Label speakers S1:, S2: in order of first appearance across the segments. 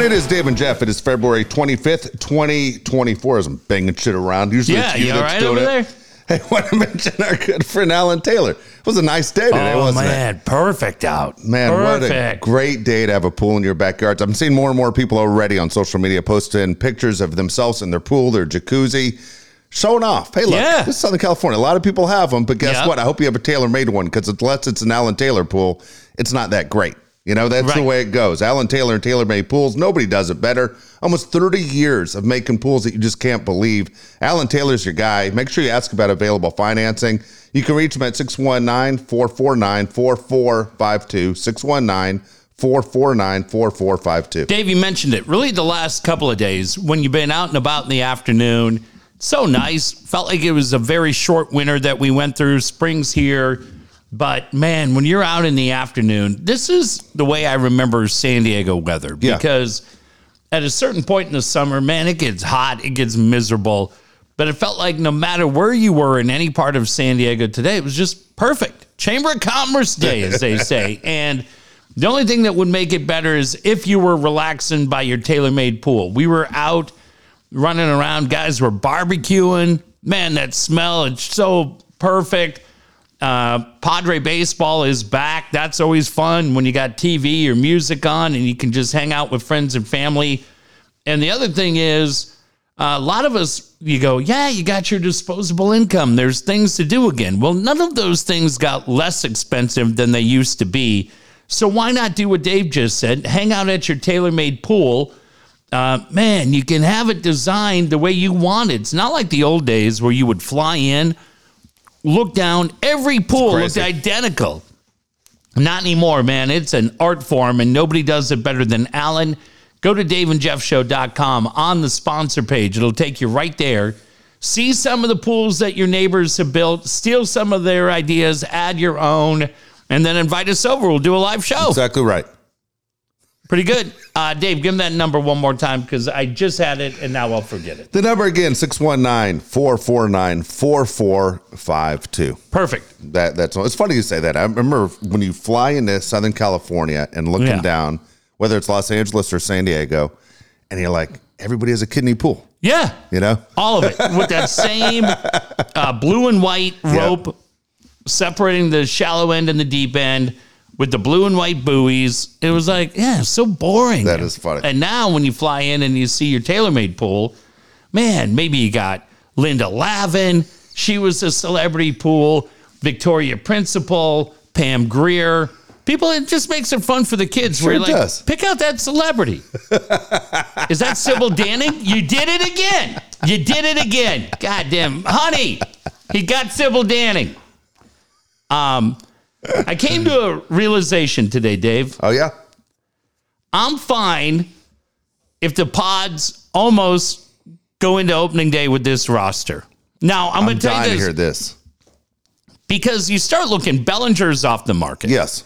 S1: it is Dave and Jeff. It is February 25th, 2024. As I'm banging shit around, usually
S2: Yeah,
S1: it's you
S2: you all
S1: that's
S2: right
S1: doing
S2: over
S1: it. Hey, want to mention our good friend Alan Taylor. It was a nice day today,
S2: Oh
S1: wasn't it?
S2: man, perfect out.
S1: Man, what a
S2: perfect.
S1: great day to have a pool in your backyard. I'm seeing more and more people already on social media posting pictures of themselves in their pool, their jacuzzi, showing off. Hey, look,
S2: Yeah.
S1: this is Southern California. A lot of people have them, but guess
S2: Yeah.
S1: what? I hope you have a tailor made one because unless it's an Alan Taylor pool, it's not that great. You know, that's the
S2: Right.
S1: way it goes. Alan Taylor and Taylor Made Pools, nobody does it better. Almost 30 years of making pools that you just can't believe. Alan Taylor's your guy. Make sure you ask about available financing. You can reach him at 619 449 4452. 619 449 4452.
S2: Dave, you mentioned it. Really, the last couple of days when you've been out and about in the afternoon, so nice. Felt like it was a very short winter that we went through. Spring's here. But man, when you're out in the afternoon, this is the way I remember San Diego weather
S1: Yeah.
S2: because at a certain point in the summer, man, it gets hot, it gets miserable. But it felt like no matter where you were in any part of San Diego today, it was just perfect. Chamber of Commerce Day, as they say. And the only thing that would make it better is if you were relaxing by your tailor made pool. We were out running around, guys were barbecuing. Man, that smell, it's so perfect. Uh, Padre baseball is back. That's always fun when you got TV or music on and you can just hang out with friends and family. And the other thing is, uh, a lot of us, you go, yeah, you got your disposable income. There's things to do again. Well, none of those things got less expensive than they used to be. So why not do what Dave just said? Hang out at your tailor made pool. Uh, man, you can have it designed the way you want it. It's not like the old days where you would fly in, look down, every pool looked
S1: crazy.
S2: identical. Not anymore, man. It's an art form, and nobody does it better than Alan. Go to daveandjeffshow.com on the sponsor page. It'll take you right there. See some of the pools that your neighbors have built, steal some of their ideas, add your own, and then invite us over. We'll do a live show.
S1: Exactly right.
S2: Pretty good. Uh, Dave, give him that number one more time because I just had it and now I'll forget it.
S1: The number again, 619 449 4452.
S2: Perfect.
S1: That that's it's funny you say that. I remember when you fly into Southern California and looking
S2: Yeah.
S1: down, whether it's Los Angeles or San Diego, and you're like, everybody has a kidney pool,
S2: Yeah.
S1: you know?
S2: All of it with that same uh, blue and white rope separating the shallow end and the deep end with the blue and white buoys. It was like, yeah, it's so boring.
S1: That is funny.
S2: And now when you fly in and you see your TaylorMade pool, man, maybe you got Linda Lavin. She was a celebrity pool. Victoria Principal, Pam Greer. People, it just makes it fun for the kids.
S1: Sure
S2: where you're like,
S1: does.
S2: pick out that celebrity. Is that Sybil Danning? You did it again. You did it again. Goddamn, honey, he got Sybil Danning. Um, I came to a realization today, Dave.
S1: Oh yeah.
S2: I'm fine if the pods almost go into opening day with this roster. Now I'm,
S1: I'm
S2: going to tell
S1: dying
S2: you
S1: to hear
S2: this
S1: this.
S2: because you start looking. Bellinger's off the market,
S1: Yes.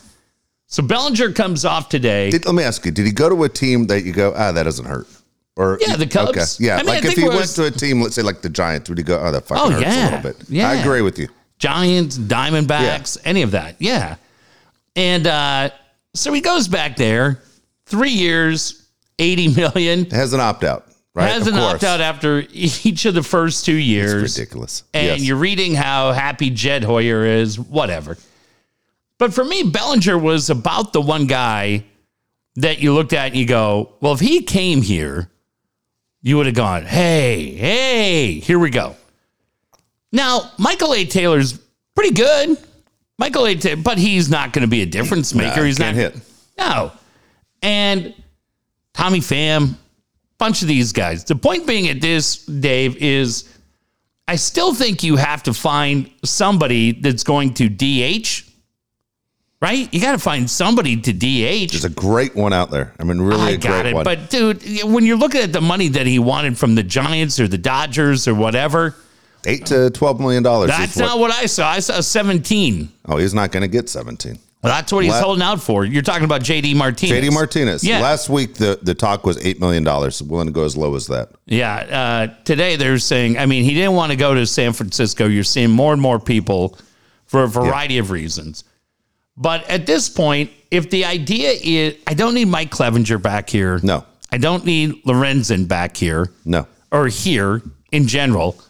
S2: so Bellinger comes off today.
S1: Did, let me ask you, did he go to a team that you go, ah, that doesn't hurt? Or
S2: Yeah, the Cubs.
S1: Yeah.
S2: I mean, I
S1: like if
S2: think
S1: he
S2: we're-
S1: went to a team, let's say like the Giants, would he go, oh that fucking
S2: Oh,
S1: hurts
S2: yeah.
S1: a little bit. I
S2: Yeah.
S1: agree with you.
S2: Giants, Diamondbacks, any of that. Yeah. And uh, so he goes back there, three years, 80 million.
S1: Has an opt out, right?
S2: Has
S1: Of
S2: an
S1: course.
S2: opt out after each of the first two years.
S1: Ridiculous.
S2: And
S1: yes.
S2: you're reading how happy Jed Hoyer is, whatever. But for me, Bellinger was about the one guy that you looked at and you go, well, if he came here, you would have gone, hey, hey, here we go. Now, Michael A. Taylor's pretty good. Michael A. Taylor, but he's not going to be a difference maker. he's
S1: can't
S2: not
S1: hit.
S2: No. And Tommy Pham, bunch of these guys. The point being at this, Dave, is I still think you have to find somebody that's going to DH, right? You got to find somebody to DH.
S1: There's a great one out there. I mean, really
S2: I
S1: a great
S2: got it.
S1: one.
S2: But dude, when you're looking at the money that he wanted from the Giants or the Dodgers or whatever,
S1: Eight to twelve million dollars. is
S2: that's
S1: what-
S2: not what I saw. I saw 17.
S1: Oh, he's not going to get 17.
S2: Well, that's what he's
S1: What?
S2: holding out for. You're talking about JD Martinez.
S1: JD Martinez.
S2: Yeah.
S1: Last week, the, the talk was $8 million, willing to go as low as that.
S2: Yeah. Uh, today they're saying, I mean, he didn't want to go to San Francisco. You're seeing more and more people for a variety of reasons. But at this point, if the idea is, I don't need Mike Clevenger back here.
S1: No.
S2: I don't need Lorenzen back here
S1: No.
S2: or here in general.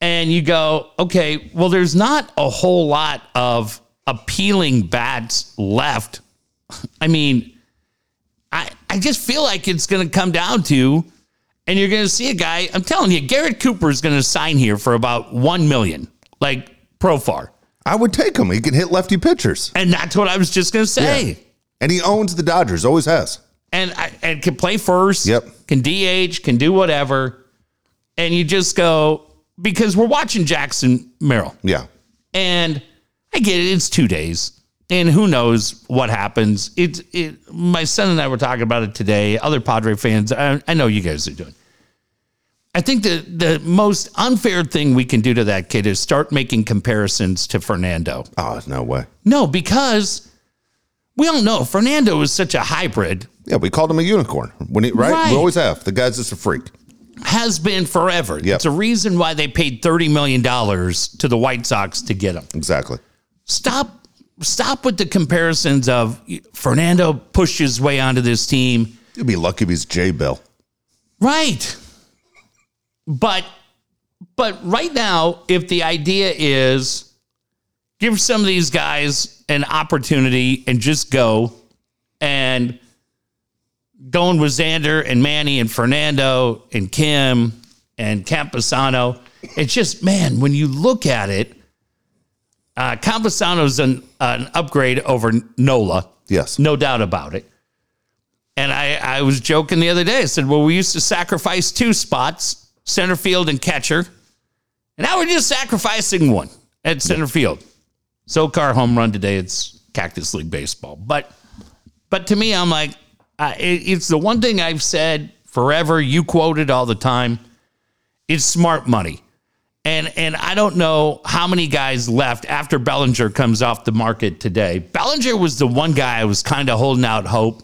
S2: And you go, okay, well, there's not a whole lot of appealing bats left. I mean, I I just feel like it's gonna come down to, and you're gonna see a guy, I'm telling you, Garrett Cooper is gonna sign here for about one million, like Profar.
S1: I would take him. He can hit lefty pitchers.
S2: And that's what I was just gonna say.
S1: And he owns the Dodgers, always has.
S2: and I, and can play first.
S1: Yep.
S2: Can DH, can do whatever. And you just go because we're watching Jackson Merrill.
S1: Yeah.
S2: And I get it, it's 2 days. And who knows what happens. It's it my son and I were talking about it today. Other Padre fans, I, I know you guys are doing. I think the the most unfair thing we can do to that kid is start making comparisons to Fernando.
S1: Oh, no way.
S2: No, because we all know Fernando is such a hybrid
S1: Yeah, we called him a unicorn. When he, right?
S2: Right.
S1: We always have. The guy's just a freak.
S2: has been forever.
S1: Yep.
S2: It's a reason why they paid thirty million dollars to the White Sox to get him.
S1: Exactly.
S2: Stop, stop with the comparisons of Fernando pushed his way onto this team,
S1: You'd be lucky if he's J Bell.
S2: right? But, but right now, if the idea is give some of these guys an opportunity and just go, and going with Xander and Manny and Fernando and Kim and Camposano. It's just, man, when you look at it, uh, Camposano's an, an upgrade over Nola.
S1: Yes.
S2: No doubt about it. And I, I was joking the other day. I said, well, we used to sacrifice two spots, center field and catcher. And now we're just sacrificing one at center field. So car home run today. It's Cactus League baseball. But but to me, I'm like, I, it, it's the one thing I've said forever. You quote it all the time. It's smart money, and and I don't know how many guys left after Bellinger comes off the market today. Bellinger was the one guy I was kind of holding out hope.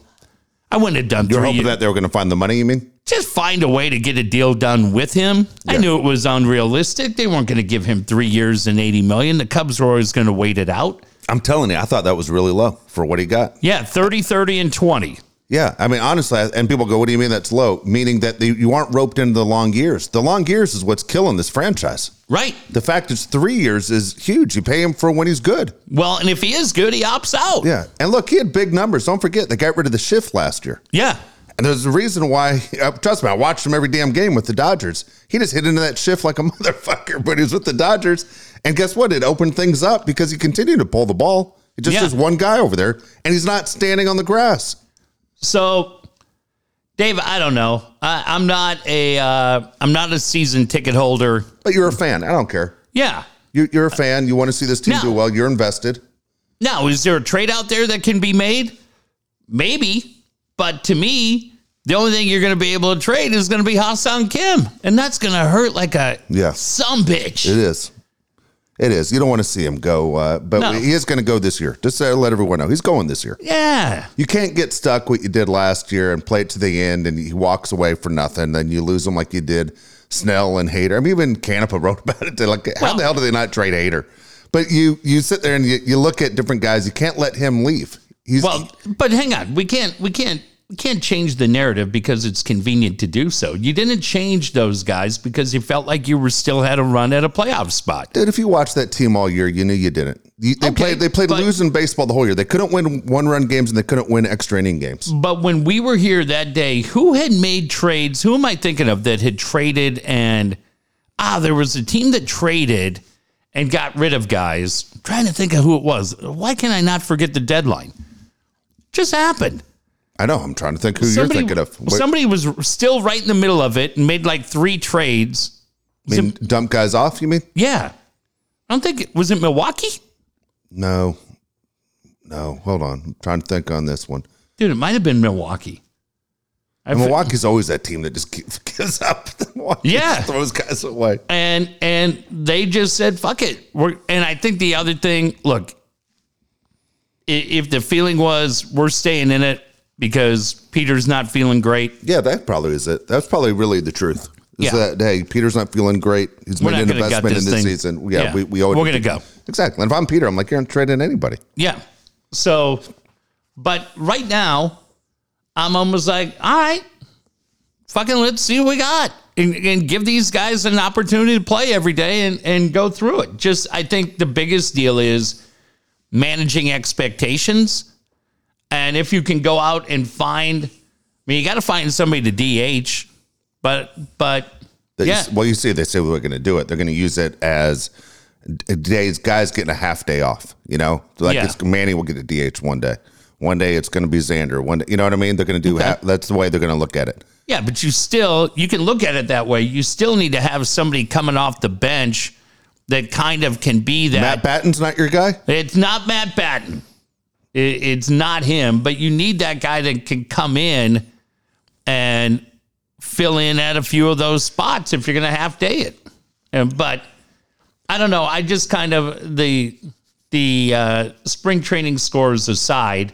S2: I wouldn't have done
S1: You're
S2: three.
S1: hoping
S2: years.
S1: that they were going to find the money, you mean?
S2: Just find a way to get a deal done with him. I
S1: Yeah.
S2: knew it was unrealistic. They weren't going to give him three years and eighty million. The Cubs were always going to wait it out.
S1: I'm telling you, I thought that was really low for what he got.
S2: Yeah, 30, 30, and twenty.
S1: Yeah, I mean, honestly, I- and people go, "What do you mean that's low?" Meaning that they, you aren't roped into the long years. The long years is what's killing this franchise.
S2: Right.
S1: The fact it's three years is huge. You pay him for when he's good.
S2: Well, and if he is good, he opts out.
S1: Yeah, and look, he had big numbers. Don't forget, they got rid of the shift last year,
S2: Yeah.
S1: and there's a reason why. uh, Trust me, I watched him every damn game with the Dodgers. He just hit into that shift like a motherfucker, but he was with the Dodgers, and guess what? It opened things up because he continued to pull the ball. It just
S2: Yeah.
S1: is one guy over there, and he's not standing on the grass.
S2: So, Dave, I don't know. I, I'm not a uh, I'm not a season ticket holder.
S1: But you're a fan. I don't care.
S2: Yeah.
S1: You- You're a fan. You want to see this team
S2: Uh, No.
S1: do well. You're invested.
S2: Now, is there a trade out there that can be made? Maybe, but to me, the only thing you're going to be able to trade is going to be Hassan Kim, and that's going to hurt like a
S1: Yeah.
S2: some bitch.
S1: It is. It is. You don't want to see him go, uh, but
S2: No.
S1: he is going to go this year. Just to let everyone know, he's going this year.
S2: Yeah.
S1: You can't get stuck what you did last year and play it to the end, and he walks away for nothing. Then you lose him like you did Snell and Hader. I mean, even Canapa wrote about it. They're like, how
S2: Well-
S1: the hell do they not trade Hader? But you you sit there and you, you look at different guys. You can't let him leave. He's
S2: Well, but hang on, we can't, we can't, we can't change the narrative because it's convenient to do so. You didn't change those guys because you felt like you were still had a run at a playoff spot.
S1: Dude, if you watched that team all year, you knew you didn't. You, they
S2: Okay,
S1: played they played
S2: but-
S1: losing baseball the whole year. They couldn't win one run games and they couldn't win extra inning games.
S2: But when we were here that day, who had made trades? Who am I thinking of that had traded and ah, there was a team that traded and got rid of guys. I'm trying to think of who it was. Why can I not forget the deadline? Just happened.
S1: I know. I'm trying to think who you're thinking of. Wait,
S2: somebody was still right in the middle of it and made like three trades
S1: I mean, dump guys off. You mean?
S2: Yeah. I don't think it was it Milwaukee?
S1: No, no. Hold on. I'm trying to think on this one.
S2: Dude, it might have been Milwaukee. I
S1: And
S2: fe-
S1: Milwaukee's always that team that just gives, gives up. Milwaukee
S2: Yeah.
S1: just throws guys away.
S2: and and they just said fuck it. We're, and I think the other thing, look, i- if the feeling was we're staying in it because Peter's not feeling great,
S1: Yeah, that probably is it. That's probably really the truth. Is
S2: Yeah.
S1: that hey, Peter's not feeling great. He's
S2: We're
S1: made
S2: not
S1: an
S2: gonna gut
S1: investment in
S2: this
S1: this
S2: thing.
S1: season. Yeah,
S2: Yeah.
S1: we we owe it
S2: We're
S1: to
S2: gonna
S1: Peter.
S2: go.
S1: exactly. And if I'm Peter, I'm like, you're not trading anybody.
S2: Yeah. So, but right now, I'm almost like, all right, fucking let's see what we got and, and give these guys an opportunity to play every day and, and go through it. Just, I think the biggest deal is managing expectations. And if you can go out and find, I mean, you got to find somebody to DH, but, but,
S1: They-
S2: yeah.
S1: Well, you see, they say we're going to do it. They're going to use it as days guys getting a half day off. You know, like
S2: Yeah.
S1: it's, Manny will get a DH one day. One day it's going to be Xander. One, day, you know what I mean? They're going to do. half that's the way they're going to look at it.
S2: Yeah, but you still you can look at it that way. You still need to have somebody coming off the bench that kind of can be that.
S1: Matt Batten's not your guy.
S2: It's not Matt Batten. I- It's not him, but you need that guy that can come in and fill in at a few of those spots if you're going to half day it. And but I don't know. I just kind of the the uh, spring training scores aside.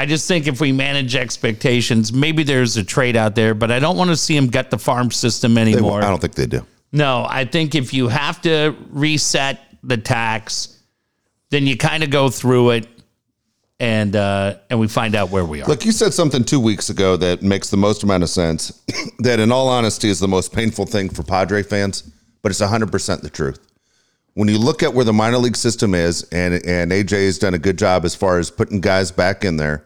S2: I just think if we manage expectations, maybe there's a trade out there, but I don't want to see him gut the farm system
S1: They won't-
S2: anymore.
S1: I don't think they do.
S2: No, I think if you have to reset the tax, then you kind of go through it, and uh, and we find out where we are.
S1: Look, you said something two weeks ago that makes the most amount of sense. that, in all honesty, is the most painful thing for Padre fans, but it's 100% the truth. When you look at where the minor league system is, and and AJ has done a good job as far as putting guys back in there.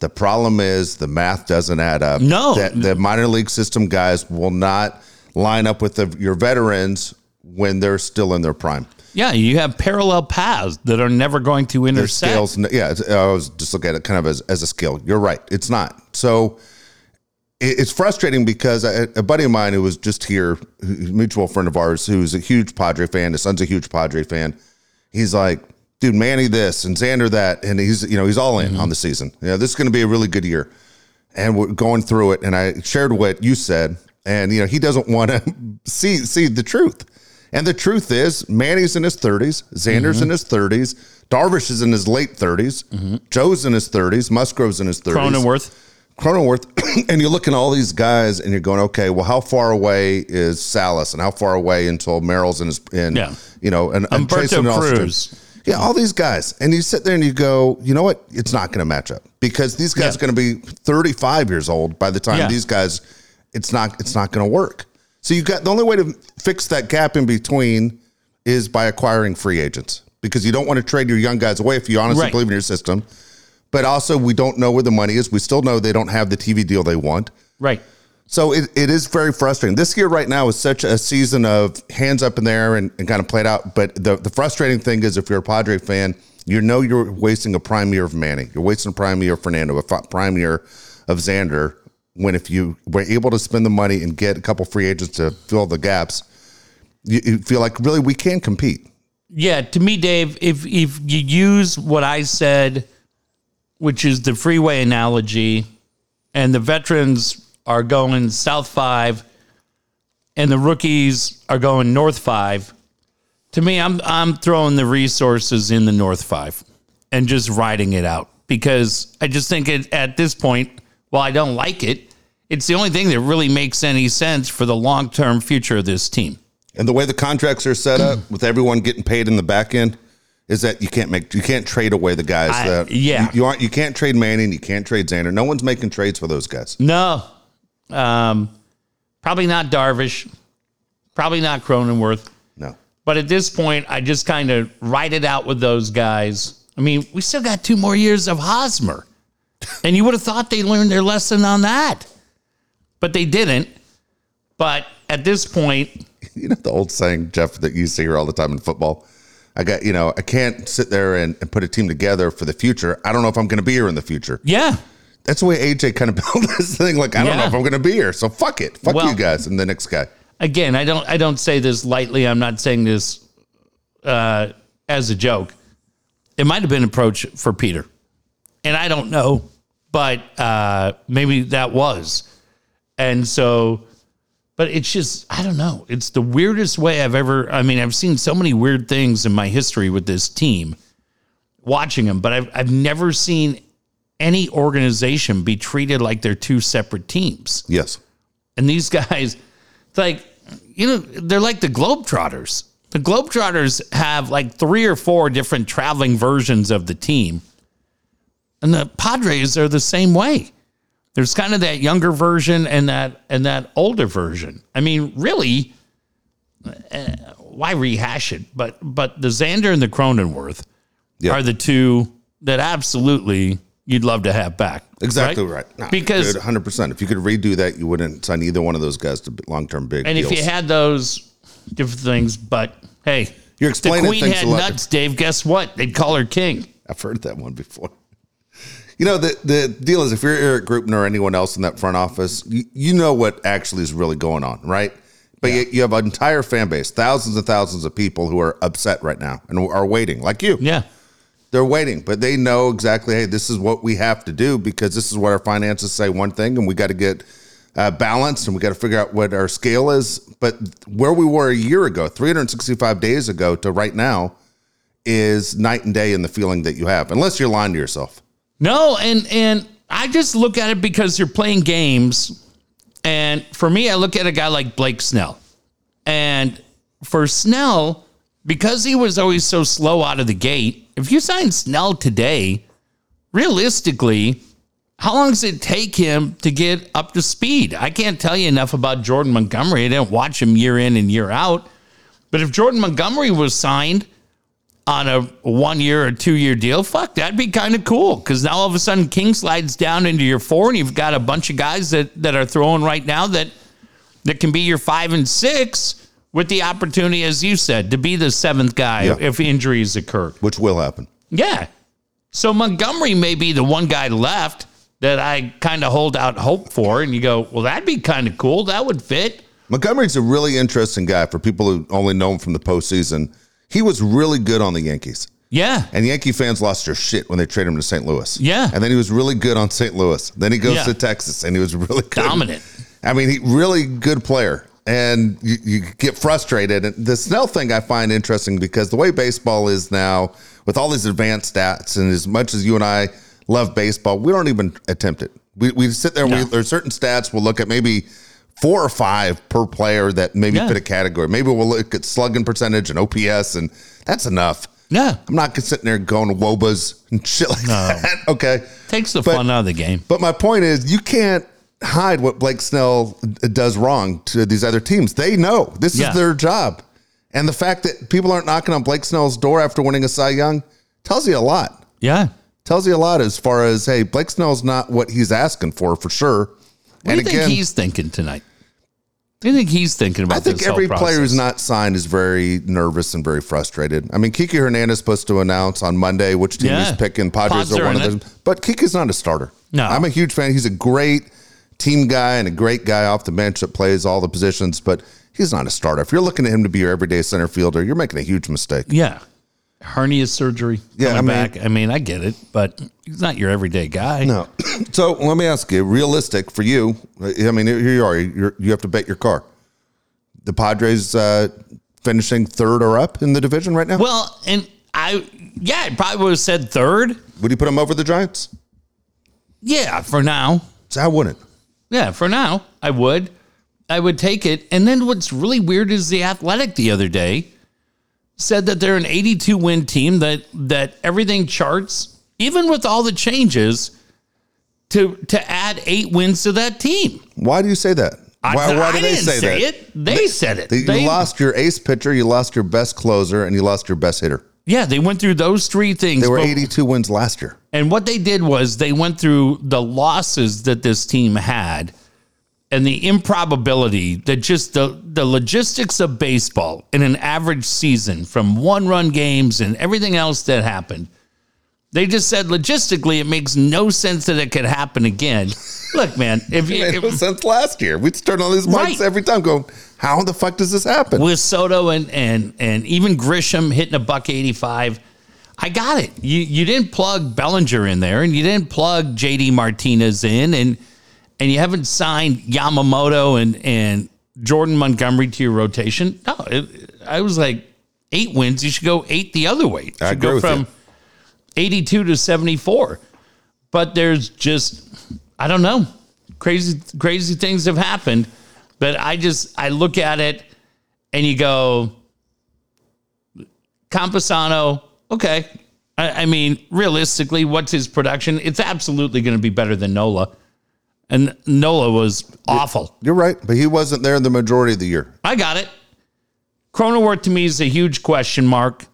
S1: The problem is the math doesn't add up.
S2: No.
S1: that the minor league system guys will not line up with the, your veterans when they're still in their prime.
S2: yeah, you have parallel paths that are never going to
S1: The
S2: intersect.
S1: scales. Yeah, it's- I was just looking at it kind of as, as a skill. You're right. It's not. So it- it's frustrating because I, a buddy of mine who was just here, who's a mutual friend of ours, who's a huge Padre fan, his son's a huge Padre fan. He's like, dude, Manny this and Xander that, and he's you know he's all in on the season. You know, this is going to be a really good year, and we're going through it. And I shared what you said, and you know he doesn't want to see see the truth. And the truth is, Manny's in his 30s, Xander's in his 30s, Darvish is in his late 30s, Joe's in his 30s, Musgrove's in his 30s.
S2: Cronenworth.
S1: Cronenworth, and you look at all these guys, and you're going, okay, well, how far away is Salas, and how far away until Merrill's in his, in,
S2: Yeah.
S1: you know, and, and
S2: Humberto
S1: Chase and Austin.
S2: Cruz.
S1: yeah, all these guys, and you sit there and you go, you know what, it's not going to match up because these guys
S2: Yeah.
S1: are going to be 35 years old by the time
S2: Yeah.
S1: these guys, it's not, it's not going to work. So you got the only way to fix that gap in between is by acquiring free agents because you don't want to trade your young guys away if you honestly
S2: Right.
S1: believe in your system but also we don't know where the money is. We still know they don't have the TV deal they want.
S2: Right.
S1: So it, it is very frustrating. This year right now is such a season of hands up in the air and, and kind of played out. But the, the frustrating thing is if you're a Padre fan, you know you're wasting a prime year of Manny. You're wasting a prime year of Fernando, a fi- prime year of Xander. When if you were able to spend the money and get a couple free agents to fill the gaps, you, you feel like really we can compete.
S2: Yeah, to me, Dave, if if you use what I said, which is the freeway analogy, and the veterans are going south five, and the rookies are going north five, to me, I'm I'm throwing the resources in the north five and just riding it out because I just think it, at this point, while I don't like it, it's the only thing that really makes any sense for the long term future of this team.
S1: And the way the contracts are set up with everyone getting paid in the back end is that you can't make you can't trade away the guys
S2: I-
S1: that
S2: yeah.
S1: you, you aren't you can't trade Manning, you can't trade Xander. No one's making trades for those guys.
S2: No. Um, probably not Darvish. Probably not Cronenworth.
S1: No.
S2: But at this point, I just kind of ride it out with those guys. I mean, we still got two more years of Hosmer. And you would have thought they learned their lesson on that. But they didn't. But at this point,
S1: You know the old saying, Jeff, that you see here all the time in football. I got you know, I can't sit there and, and put a team together for the future. I don't know if I'm gonna be here in the future.
S2: yeah.
S1: That's the way AJ kind of built this thing. Like, I don't know
S2: Yeah.
S1: if I'm gonna be here. So fuck it. Fuck
S2: Well-
S1: you guys and the next guy.
S2: Again, I don't I don't say this lightly. I'm not saying this uh, as a joke. It might have been approach for Peter. and I don't know, but uh, maybe that was. And so, but it's just, I don't know. It's the weirdest way I've ever, I mean, I've seen so many weird things in my history with this team watching them, but I've, I've never seen any organization be treated like they're two separate teams.
S1: Yes.
S2: And these guys, it's like, you know, they're like the Globetrotters. The Globetrotters have like three or four different traveling versions of the team. And the Padres are the same way. There's kind of that younger version and that and that older version. I mean, really, uh, why rehash it? But but the Xander and the Cronenworth
S1: Yeah.
S2: are the two that absolutely you'd love to have back.
S1: Exactly right. No,
S2: Because-
S1: dude, 100%. If you could redo that, you wouldn't sign either one of those guys to long term big
S2: And
S1: deals.
S2: if you had those different things, but hey,
S1: You're
S2: the
S1: explaining
S2: Queen
S1: things
S2: had
S1: a lot.
S2: nuts, Dave. Guess what? They'd call her king.
S1: I've heard that one before. You know, the, the deal is if you're Eric Grupner or anyone else in that front office, you, you know what actually is really going on, right? But you, you have an entire fan base, thousands and thousands of people who are upset right now and are waiting, like you.
S2: Yeah.
S1: They're waiting, but they know exactly, hey, this is what we have to do because this is what our finances say one thing, and we got to get uh, balanced and we got to figure out what our scale is. But where we were a year ago, 365 days ago to right now, is night and day in the feeling that you have, unless you're lying to yourself.
S2: No, and and I just look at it because you're playing games, and for me, I look at a guy like Blake Snell, and for Snell, because he was always so slow out of the gate. If you sign Snell today, realistically, how long does it take him to get up to speed? I can't tell you enough about Jordan Montgomery. I didn't watch him year in and year out, but if Jordan Montgomery was signed on a one year or two year deal, fuck, that'd be kind of cool. Cause now all of a sudden King slides down into your four and you've got a bunch of guys that, that are throwing right now that that can be your five and six with the opportunity, as you said, to be the seventh guy
S1: Yeah.
S2: if injuries occur.
S1: which will happen.
S2: Yeah. So Montgomery may be the one guy left that I kind of hold out hope for. And you go, well, that'd be kind of cool. That would fit.
S1: Montgomery's a really interesting guy for people who only know him from the postseason. He was really good on the Yankees,
S2: Yeah.
S1: and Yankee fans lost their shit when they traded him to St. Louis.
S2: Yeah.
S1: and then he was really good on St. Louis. Then he goes
S2: Yeah.
S1: to Texas, and he was really good.
S2: Dominant.
S1: I mean, he really good player, and you, you get frustrated. And the Snell thing I find interesting because the way baseball is now, with all these advanced stats, and as much as you and I love baseball, we don't even attempt it. We, we sit there. and We,
S2: No.
S1: there's certain stats we'll look at maybe four or five per player that maybe
S2: Yeah.
S1: fit a category. Maybe we'll look at slugging percentage and OPS, and that's enough.
S2: Yeah.
S1: I'm not sitting there going wobas and shit like that. Okay.
S2: Takes the
S1: But-
S2: fun out of the game.
S1: But my point is, you can't hide what Blake Snell does wrong to these other teams. They know this
S2: Yeah.
S1: is their job, and the fact that people aren't knocking on Blake Snell's door after winning a Cy Young tells you a lot.
S2: Yeah.
S1: Tells you a lot as far as hey, Blake Snell's not what he's asking for for sure.
S2: What do you think he's thinking tonight? What do you think he's thinking about
S1: I think
S2: this whole
S1: every player
S2: process?
S1: who's not signed is very nervous and very frustrated. I mean, Kiki Hernandez is supposed to announce on Monday which team
S2: Yeah.
S1: he's picking. Padres
S2: Pods
S1: are
S2: are
S1: one of
S2: in
S1: them, but Kiki's not a starter.
S2: No.
S1: I'm a huge fan. He's a great team guy and a great guy off the bench that plays all the positions, but he's not a starter. If you're looking at him to be your everyday center fielder, you're making a huge mistake.
S2: Yeah. Hernia surgery.
S1: Yeah,
S2: coming
S1: I mean-
S2: back. I mean, I get it, but he's not your everyday guy.
S1: No. so let me ask you, realistic for you? I mean, here you are. You're, you have to bet your car. The Padres uh, finishing third or up in the division right now.
S2: Well, and I, yeah, I probably would have said third.
S1: Would you put them over the Giants?
S2: Yeah, for now.
S1: So I wouldn't.
S2: Yeah, for now, I would. I would take it. And then what's really weird is the Athletic the other day said that they're an 82 win team that that everything charts even with all the changes to to add 8 wins to that team.
S1: Why do you say that? Why,
S2: I,
S1: why do
S2: I
S1: they
S2: didn't
S1: say, that?
S2: It. They said it.
S1: That You
S2: They-
S1: lost your ace pitcher, you lost your best closer, and you lost your best hitter.
S2: yeah, they went through those three things.
S1: They were
S2: but-
S1: 82 wins last year.
S2: And what they did was they went through the losses that this team had and the improbability that just the, the logistics of baseball in an average season from one run games and everything else that happened. They just said logistically, it makes no sense that it could happen again. Look, man, if you.
S1: It
S2: if-
S1: was since last year. We'd turn on these mics
S2: Right.
S1: every time going, how the fuck does this happen?
S2: with Soto and and and even Grisham hitting a buck eighty five. I got it. You you didn't plug Bellinger in there, and you didn't plug JD Martinez in, and and you haven't signed Yamamoto and and Jordan Montgomery to your rotation. No, it, I was like eight wins. You should go eight the other way. You
S1: I
S2: should
S1: agree
S2: go
S1: with
S2: from
S1: you.
S2: eighty two to seventy four. But there's just I don't know. Crazy crazy things have happened. But I just I look at it and you go, Camposano, okay. I, I mean, realistically, what's his production? It's absolutely going to be better than Nola. And Nola was awful.
S1: You're right, but he wasn't there the majority of the year.
S2: I got it. Cronenworth to me is a huge question mark.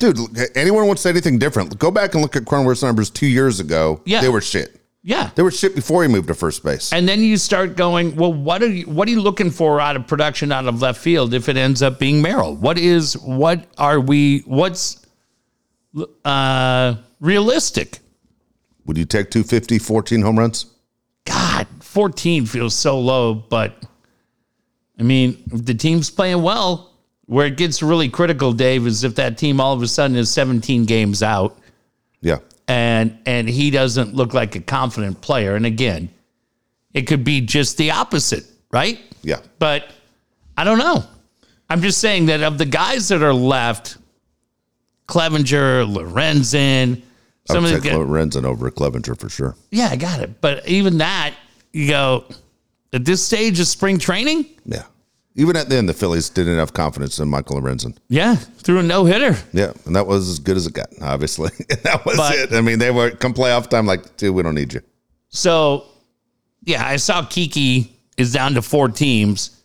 S1: Dude, look, anyone wants anything different? Go back and look at Cronenworth's numbers two years ago.
S2: Yeah.
S1: they were shit.
S2: Yeah.
S1: They were shit before he moved to first base.
S2: And then you start going, well, what are you what are you looking for out of production out of left field if it ends up being Merrill? What is what are we what's uh realistic?
S1: Would you take 250, 14 home runs?
S2: God, 14 feels so low, but I mean, if the team's playing well, where it gets really critical, Dave, is if that team all of a sudden is 17 games out
S1: Yeah.
S2: and and he doesn't look like a confident player. And again, it could be just the opposite, right?
S1: Yeah.
S2: But I don't know. I'm just saying that of the guys that are left, Clevenger, Lorenzen,
S1: I
S2: some
S1: would take
S2: of the guys,
S1: Lorenzen over Clevenger for sure.
S2: yeah, I got it. But even that, you go at this stage of spring training,
S1: Yeah. Even at then, the Phillies didn't have confidence in Michael Lorenzen.
S2: yeah, threw a no hitter.
S1: Yeah, and that was as good as it got. Obviously, that was
S2: But-
S1: it. I mean, they were come playoff time, like, dude, we don't need you.
S2: So, yeah, I saw Kiki is down to four teams.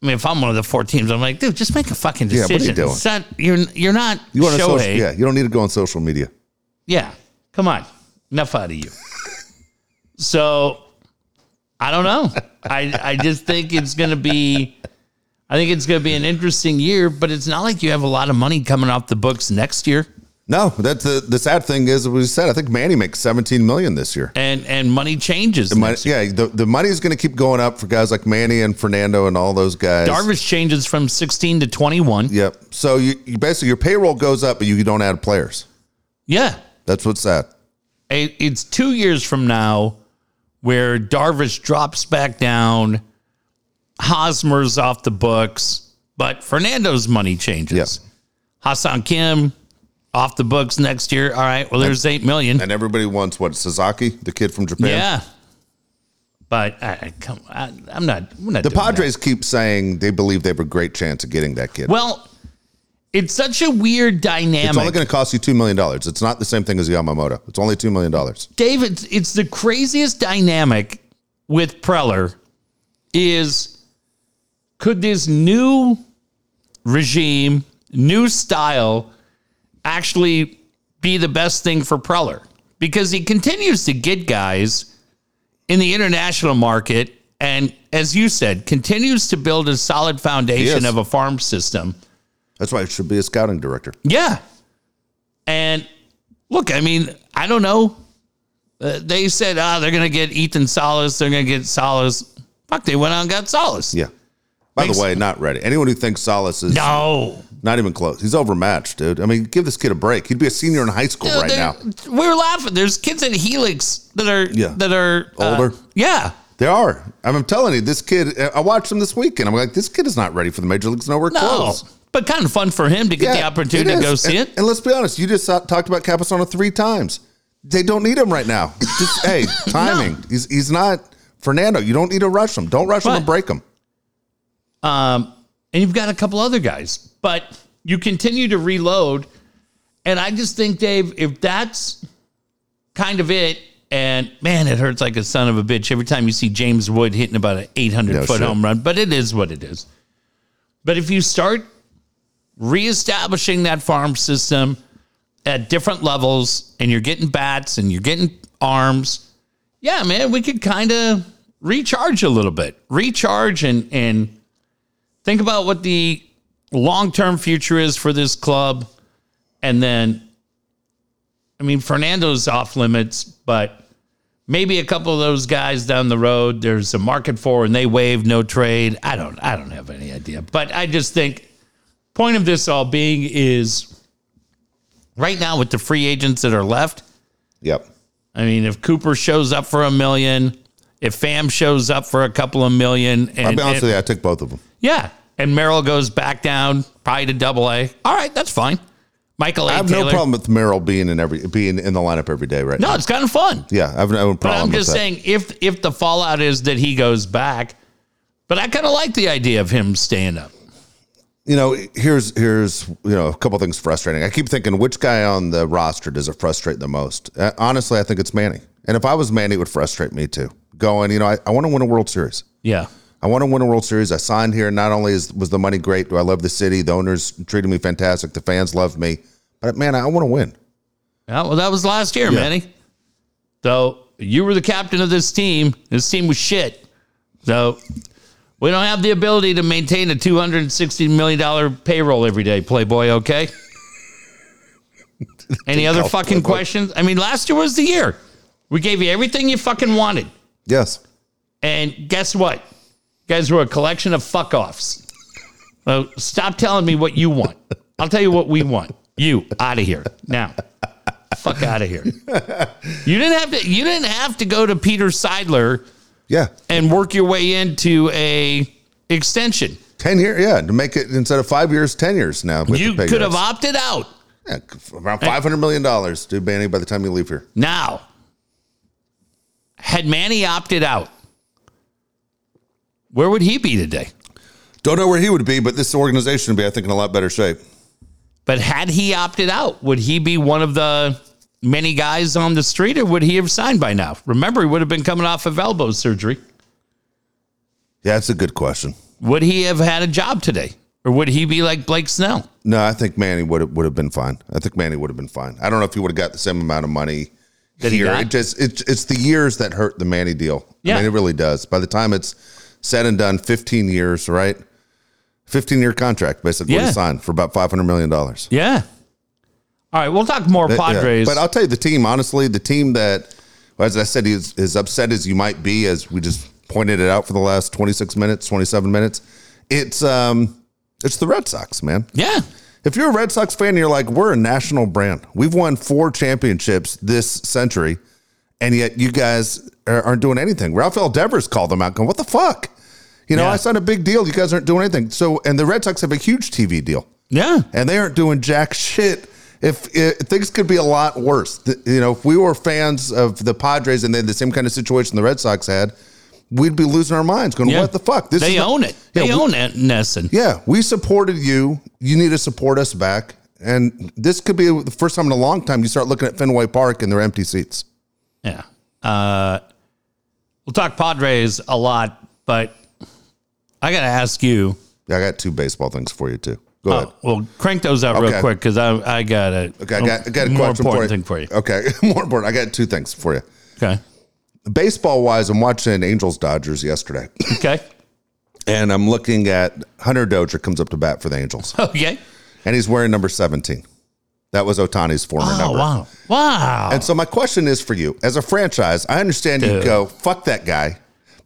S2: I mean, if I'm one of the four teams, I'm like, dude, just make a fucking
S1: Yeah, what are you
S2: decision.
S1: doing?
S2: It's not, you're you're not
S1: You want to
S2: Shohei.
S1: social, yeah, you don't need to go on social media.
S2: Yeah. Come on. Enough out of you. so I don't know. I I just think it's gonna be I think it's gonna be an interesting year, but it's not like you have a lot of money coming off the books next year.
S1: No, that's the the sad thing is we said. I think Manny makes seventeen million this year.
S2: And and money changes.
S1: Money,
S2: next year.
S1: yeah, the the money is going to keep going up for guys like Manny and Fernando and all those guys.
S2: Darvish changes from sixteen to twenty one. Yeah.
S1: Yep. So you, you basically your payroll goes up, but you don't add players. That's what's sad.
S2: It- it's two years from now where Darvish drops back down, Hosmer's off the books, but Fernando's money changes.
S1: Yep.
S2: Hassan Kim off the books next year. All right. Well, there's eight million.
S1: And everybody wants what Sasaki, the kid from Japan.
S2: yeah. But I, I- come, I, I'm not. I'm not
S1: The
S2: doing that.
S1: Padres keep saying they believe they have a great chance of getting that kid.
S2: Well, it's such a weird
S1: It's only
S2: dynamic,
S1: going to cost you two million dollars. It's not the same thing as Yamamoto. It's only two million dollars.
S2: Dave. It's, it's the craziest dynamic with Preller. Is could this new regime, new style, actually be the best thing for Preller because he continues to get guys in the international market. And as you said, continues to build a solid foundation
S1: Yes.
S2: of a farm system.
S1: That's why it should be a scouting director.
S2: Yeah. And look, I mean, I don't know. Uh, they said, ah, they're going to get Ethan Solis. They're going to get Solis. Fuck, they went out and got Solis.
S1: Yeah. By
S2: Makes-
S1: the way, not ready. Anyone who thinks Solace is
S2: No.
S1: not even close. He's overmatched, dude. I mean, give this kid a break. He'd be a senior in high school right
S2: They're-
S1: now.
S2: We were laughing. There's kids at Helix that are
S1: Yeah.
S2: that are uh,
S1: Older.
S2: yeah.
S1: There are. I'm telling you, this kid. I watched him this weekend. I'm like, this kid is not ready for the major leagues. Nowhere
S2: No.
S1: close.
S2: But kind of fun for him to get the
S1: Yeah,
S2: opportunity
S1: it
S2: to
S1: is.
S2: go see
S1: and,
S2: it.
S1: And let's be honest, you just saw- talked about Capasano three times. They don't need him right now. Just hey, timing. He's he's not Fernando. You don't need to rush him. Don't rush him
S2: Right.
S1: and break him.
S2: Um, and you've got a couple other guys, but you continue to reload. And I just think, Dave, if that's kind of it, and man, it hurts like a son of a bitch every time you see James Wood hitting about an 800
S1: No
S2: foot
S1: shit.
S2: home run, but it is what it is. But if you start reestablishing that farm system at different levels and you're getting bats and you're getting arms, yeah, man, we could kind of recharge a little bit, recharge and, and, think about what the long term future is for this club. And then, I mean, Fernando's off limits, but maybe a couple of those guys down the road there's a market for and they waive no trade. I don't, I don't have any idea, but I just think point of this all being is right now with the free agents that are left.
S1: Yep.
S2: I mean, if Cooper shows up for a million, if Fam shows up for a couple of million, and
S1: I'll be honest
S2: and-
S1: with you. I took both of them.
S2: yeah. And Merrill goes back down, probably to double A. All right, that's fine. Michael A.
S1: I have
S2: Taylor.
S1: no problem with Merrill being in every being in the lineup every day right now.
S2: No, it's kind of fun.
S1: Yeah, I have no problem.
S2: But I'm
S1: with
S2: just
S1: that.
S2: saying if if the fallout is that he goes back, but I kind of like the idea of him staying up.
S1: You know, here's here's you know a couple things frustrating. I keep thinking which guy on the roster does it frustrate the most. Uh, honestly, I think it's Manny. And if I was Manny, it would frustrate me too. going, you know, I, I want to win a World Series.
S2: Yeah.
S1: I want to win a World Series. I signed here. Not only is, was the money great, do I love the city? The owners treated me fantastic. The fans loved me. But man, I want to win.
S2: Yeah, well, that was last year, Manny. So you were the captain of this team. This team was shit. So we don't have the ability to maintain a two hundred and sixty million dollar payroll every day, Playboy. Okay. Any other
S1: Golf
S2: fucking
S1: Playboy.
S2: questions? I mean, last year was the year. We gave you everything you fucking wanted,
S1: Yes.
S2: and guess what? You guys were a collection of fuck offs. So stop telling me what you want. I'll tell you what we want. You out of here now. Fuck out of here. You didn't have to. You didn't have to go to Peter Seidler
S1: Yeah.
S2: and work your way into a extension.
S1: 10 years. Yeah. To make it instead of five years, 10 years now. with
S2: You
S1: the pay
S2: could have
S1: raise.
S2: opted out
S1: Yeah, around $500 million to Banny by the time you leave here.
S2: now. Had Manny opted out, where would he be today?
S1: Don't know where he would be, but this organization would be, I think, in a lot better shape.
S2: But had he opted out, would he be one of the many guys on the street or would he have signed by now? Remember, he would have been coming off of elbow surgery.
S1: Yeah, that's a good question.
S2: Would he have had a job today or would he be like Blake Snell?
S1: No, I think Manny would have, would have been fine. I think Manny would have been fine. I don't know if he would have got the same amount of money
S2: That he
S1: here.
S2: got?
S1: It just it's it's the years that hurt the Manny deal.
S2: Yeah.
S1: I mean, it really does. By the time it's said and done, fifteen years, right? Fifteen year contract basically
S2: Yeah.
S1: yeah. signed for about five hundred million dollars.
S2: Yeah. All right, we'll talk more Padres.
S1: But uh, I'll tell you the team, honestly, the team that as I said, is as upset as you might be, as we just pointed it out for the last twenty six minutes, twenty seven minutes, it's um it's the Red Sox, man.
S2: yeah.
S1: If you're a Red Sox fan, you're like, we're a national brand. We've won four championships this century, and yet you guys are, aren't doing anything. Rafael Devers called them out, going, what the fuck? You know,
S2: Yeah.
S1: I signed a big deal. You guys aren't doing anything. So, and the Red Sox have a huge TV deal,
S2: Yeah.
S1: and they aren't doing jack shit. If, if things could be a lot worse, Th- you know, if we were fans of the Padres and they had the same kind of situation the Red Sox had, we'd be losing our minds, going,
S2: Yeah.
S1: what the fuck? This
S2: They
S1: is-
S2: own it.
S1: Yeah,
S2: They
S1: we-
S2: own it, Nesson.
S1: yeah, we supported you. You need to support us back. And this could be the first time in a long time you start looking at Fenway Park and their empty seats.
S2: Yeah. Uh, we'll talk Padres a lot, but I got to ask you.
S1: I got two baseball things for you too. Go ahead.
S2: Oh, well, crank those out real
S1: Okay.
S2: quick because I, I got a,
S1: Okay, I got, I got a
S2: more
S1: question
S2: important
S1: for you.
S2: thing for you.
S1: Okay, more important. I got two things for you.
S2: Okay.
S1: Baseball wise, I'm watching Angels Dodgers yesterday,
S2: Okay.
S1: and I'm looking at Hunter Dozier comes up to bat for the Angels,
S2: Okay.
S1: and he's wearing number 17. That was Otani's former
S2: Oh,
S1: number.
S2: wow. Wow.
S1: And so my question is for you, as a franchise, I understand you
S2: Dude.
S1: go fuck that guy,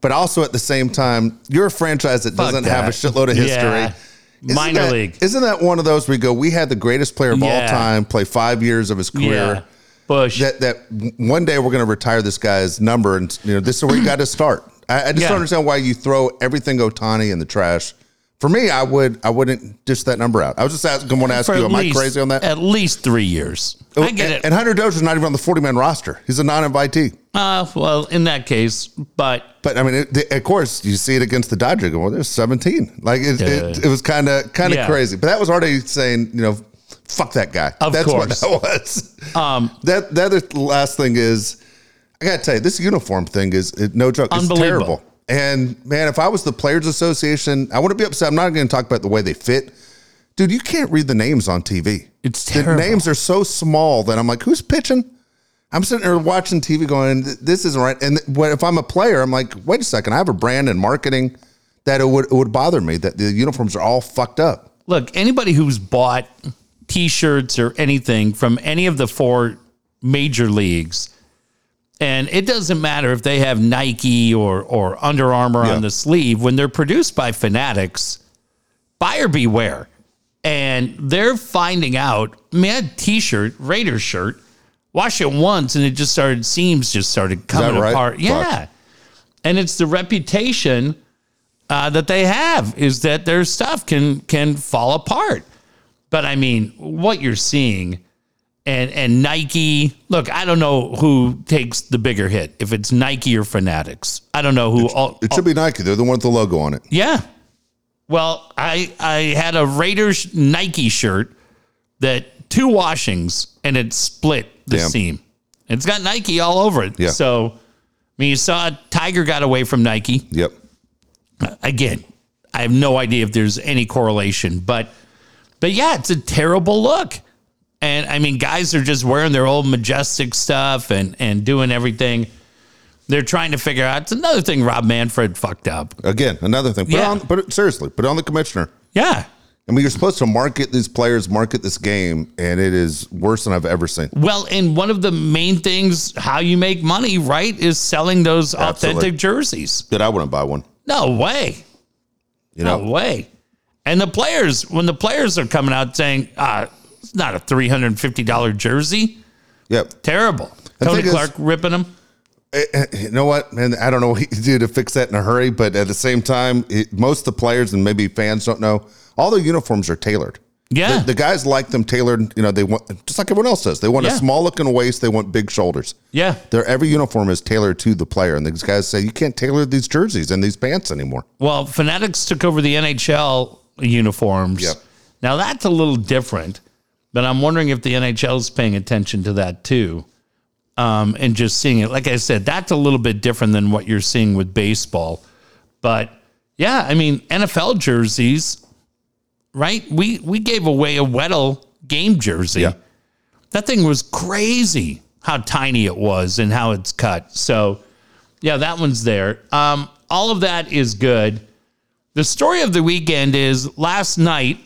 S1: but also at the same time, you're a franchise that
S2: Fuck
S1: doesn't have a
S2: that.
S1: shitload of history.
S2: Yeah.
S1: Isn't
S2: Minor
S1: that-
S2: league.
S1: Isn't that one of those we go, we had the greatest player of all
S2: Yeah.
S1: time play five years of his
S2: yeah.
S1: career.
S2: Bush.
S1: That that w- one day we're going to retire this guy's number, and you know this is where you got to start. I, I just
S2: Yeah.
S1: don't understand why you throw everything Otani in the trash. For me, I would I wouldn't dish that number out. I was just asking, want to ask
S2: For
S1: you,
S2: at
S1: am
S2: least-
S1: I crazy on that? Oh,
S2: At least three years. I get
S1: and,
S2: it.
S1: And Hunter Dozier's not even on the forty man roster. He's a non invitee.
S2: uh, well, in that case, but
S1: But I mean, it, the- of course, you see it against the Dodgers. you go, Well, there's 17. Like it, it,
S2: Yeah.
S1: it was kind of kind of
S2: Yeah.
S1: crazy. But that was already saying, you know, fuck that guy.
S2: Of
S1: That's
S2: course.
S1: what that was.
S2: um,
S1: that the other last thing is, I gotta tell you, this uniform thing is it, no joke. It's
S2: Unbelievable.
S1: terrible. And man, if I was the Players Association, I wouldn't be upset. I'm not going to talk about the way they fit. Dude, you can't read the names on TV.
S2: It's
S1: The
S2: terrible.
S1: names are so small that I'm like, who's pitching? I'm sitting there watching TV going, this isn't right. And th- what- if I'm a player, I'm like, wait a second, I have a brand and marketing that it would it would bother me that the uniforms are all fucked up.
S2: look, anybody who's bought t-shirts or anything from any of the four major leagues, and it doesn't matter if they have Nike or or Under Armour
S1: Yeah.
S2: on the sleeve, when they're produced by fanatics, buyer beware. And they're finding out, man, t-shirt, Raiders shirt, wash it once and it just started seams just started coming
S1: right?
S2: apart. Yeah. And it's the reputation uh, that they have is that their stuff can can fall apart. But I mean, what you're seeing and and Nike, look, I don't know who takes the bigger hit if it's Nike or Fanatics. I don't know who all,
S1: It should be Nike. They're the one with the logo on it.
S2: yeah. Well, I I had a Raiders Nike shirt that two washings and it split the
S1: Damn.
S2: seam. It's got Nike all over it.
S1: Yeah.
S2: So mean, you saw Tiger got away from Nike
S1: Yep.
S2: again, I have no idea if there's any correlation, but but yeah, it's a terrible look. And I mean, guys are just wearing their old majestic stuff and and doing everything. They're trying to figure out. It's another thing Rob Manfred fucked up.
S1: Again, another thing. Put it
S2: Yeah.
S1: on, put it, seriously, put it on the commissioner.
S2: Yeah.
S1: I mean, you're supposed to market these players, market this game, and it is worse than I've ever seen.
S2: Well, and one of the main things how you make money, right, is selling those
S1: Absolutely.
S2: authentic jerseys.
S1: Dude, I wouldn't buy one.
S2: No way.
S1: You
S2: No
S1: know,
S2: way. And the players, when the players are coming out saying, uh, it's not a $350 jersey,
S1: yep.
S2: Terrible.
S1: The
S2: Tony
S1: thing is-
S2: Clark ripping him.
S1: you know what, man? I don't know what you can do to fix that in a hurry, but at the same time, it, most of the players and maybe fans don't know all their uniforms are tailored.
S2: Yeah.
S1: The, the guys like them tailored. You know, they want just like everyone else does. They want a
S2: Yeah.
S1: small looking waist. They want big shoulders.
S2: yeah.
S1: Their every uniform is tailored to the player, and these guys say you can't tailor these jerseys and these pants anymore.
S2: Well, Fanatics took over the NHL uniforms.
S1: Yep.
S2: Now that's a little different, but I'm wondering if the NHL's paying attention to that too. Um, and just seeing it. Like I said, that's a little bit different than what you're seeing with baseball. But yeah, I mean, NFL jerseys, right? We we gave away a Weddle game jersey.
S1: Yeah.
S2: That thing was crazy how tiny it was and how it's cut. So yeah, that one's there. Um, all of that is good. The story of the weekend is last night,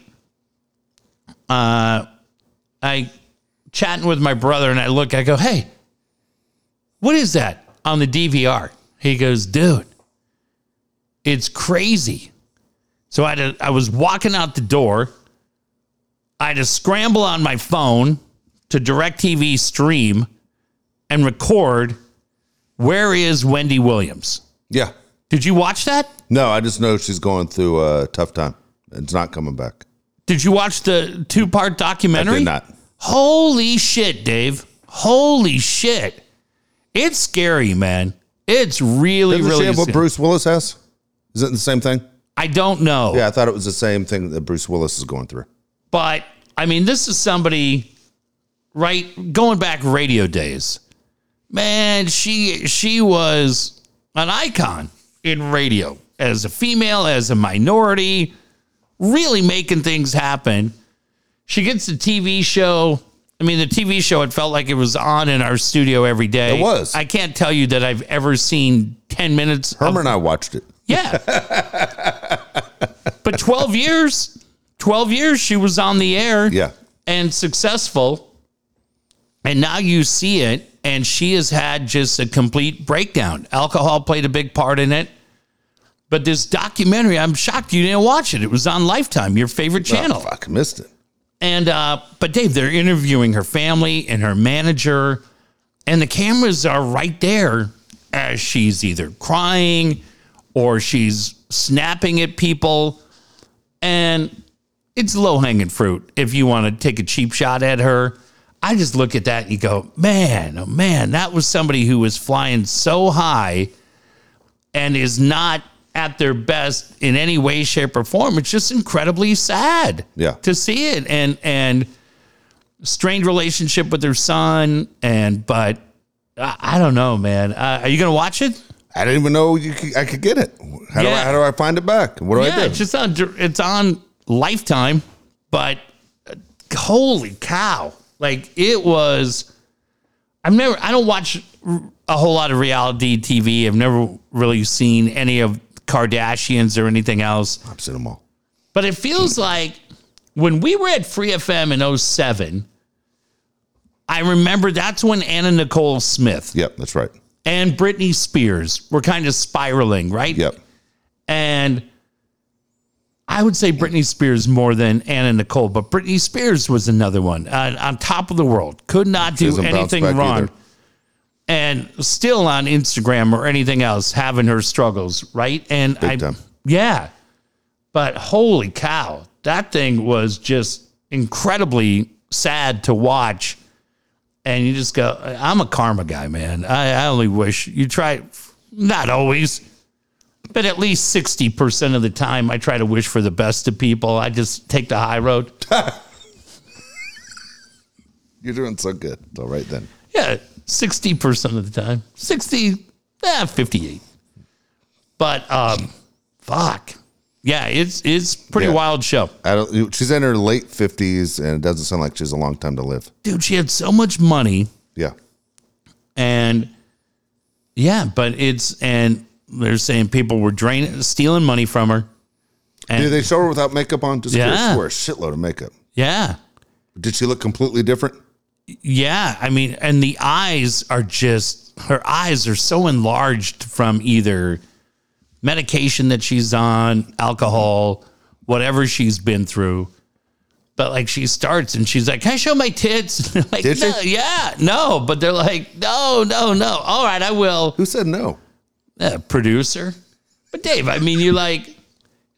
S2: uh, I chatting with my brother and I look, I go, hey, what is that on the DVR? He goes, dude, it's crazy. So I, had to, I was walking out the door. I had to scramble on my phone to DirecTV stream and record. Where is Wendy Williams?
S1: Yeah.
S2: Did you watch that?
S1: No, I just know she's going through a tough time. It's not coming back.
S2: Did you watch the two part
S1: I
S2: documentary?
S1: did not.
S2: Holy shit, Dave. Holy shit. It's scary, man. It's really,
S1: Doesn't she
S2: really
S1: have what
S2: sc-
S1: Bruce Willis has? Is it the same thing?
S2: I don't know.
S1: Yeah, I thought it was the same thing that Bruce Willis is going through.
S2: But I mean, this is somebody right going back radio days. Man, she she was an icon in radio as a female, as a minority, really making things happen. She gets the TV show. I mean, the TV show, it felt like it was on in our studio every day.
S1: It was.
S2: I can't tell you that I've ever seen 10 minutes of
S1: Herman and I watched it.
S2: yeah. but 12 years, 12 years she was on the air
S1: Yeah.
S2: and successful. And now you see it, and she has had just a complete breakdown. Alcohol played a big part in it. But this documentary, I'm shocked you didn't watch it. It was on Lifetime, your favorite channel.
S1: Oh, fuck, missed it.
S2: And uh, but Dave, they're interviewing her family and her manager, and the cameras are right there as she's either crying or she's snapping at people, and it's low hanging fruit if you want to take a cheap shot at her. I just look at that and you go, man, oh man, that was somebody who was flying so high and is not at their best in any way, shape, or form. It's just incredibly sad
S1: Yeah.
S2: to see it and and strained relationship with their son and but I, I don't know, man. Uh, are you gonna watch it?
S1: I didn't even know you could, I could get it. How do I
S2: Yeah.
S1: how do I find it back? What do
S2: yeah,
S1: I
S2: it's
S1: do?
S2: just on it's on Lifetime, but uh, holy cow! Like it was. I've never. I don't watch r- a whole lot of reality TV. I've never really seen any of Kardashians or anything else.
S1: I've seen them all.
S2: But it feels like when we were at Free FM in 07, I remember that's when Anna Nicole Smith
S1: Yep, that's right.
S2: and Britney Spears were kind of spiraling, right?
S1: Yep.
S2: And I would say Britney Spears more than Anna Nicole, but Britney Spears was another one uh, on top of the world. Could not do
S1: doesn't bounce
S2: anything
S1: back
S2: wrong.
S1: either.
S2: And still on Instagram or anything else, having her struggles, right? And I,
S1: time.
S2: yeah. But holy cow, that thing was just incredibly sad to watch. And you just go, I'm a karma guy, man. I, I only wish you try, not always, but at least 60% of the time, I try to wish for the best to people. I just take the high road.
S1: You're doing so good. All right then.
S2: Yeah, 60% of the time. 60, eh, 58. But um, fuck. Yeah, it's it's pretty
S1: Yeah.
S2: wild show.
S1: I don't, she's in her late 50s and it doesn't sound like she's a long time to live.
S2: Dude, she had so much money
S1: Yeah.
S2: and yeah, but it's and they're saying people were draining stealing money from her.
S1: Did they show her without makeup on? Just
S2: Yeah.
S1: yeah. wore a shitload of makeup.
S2: Yeah.
S1: Did she look completely different?
S2: Yeah, I mean, and the eyes are just her eyes are so enlarged from either medication that she's on, alcohol, whatever she's been through. But like she starts and she's like, "Can I show my tits?" like,
S1: Did she?
S2: no, yeah, no. But they're like, "No, no, no." All right, I will.
S1: Who said no?
S2: Eh, producer, but Dave, I mean, you're like,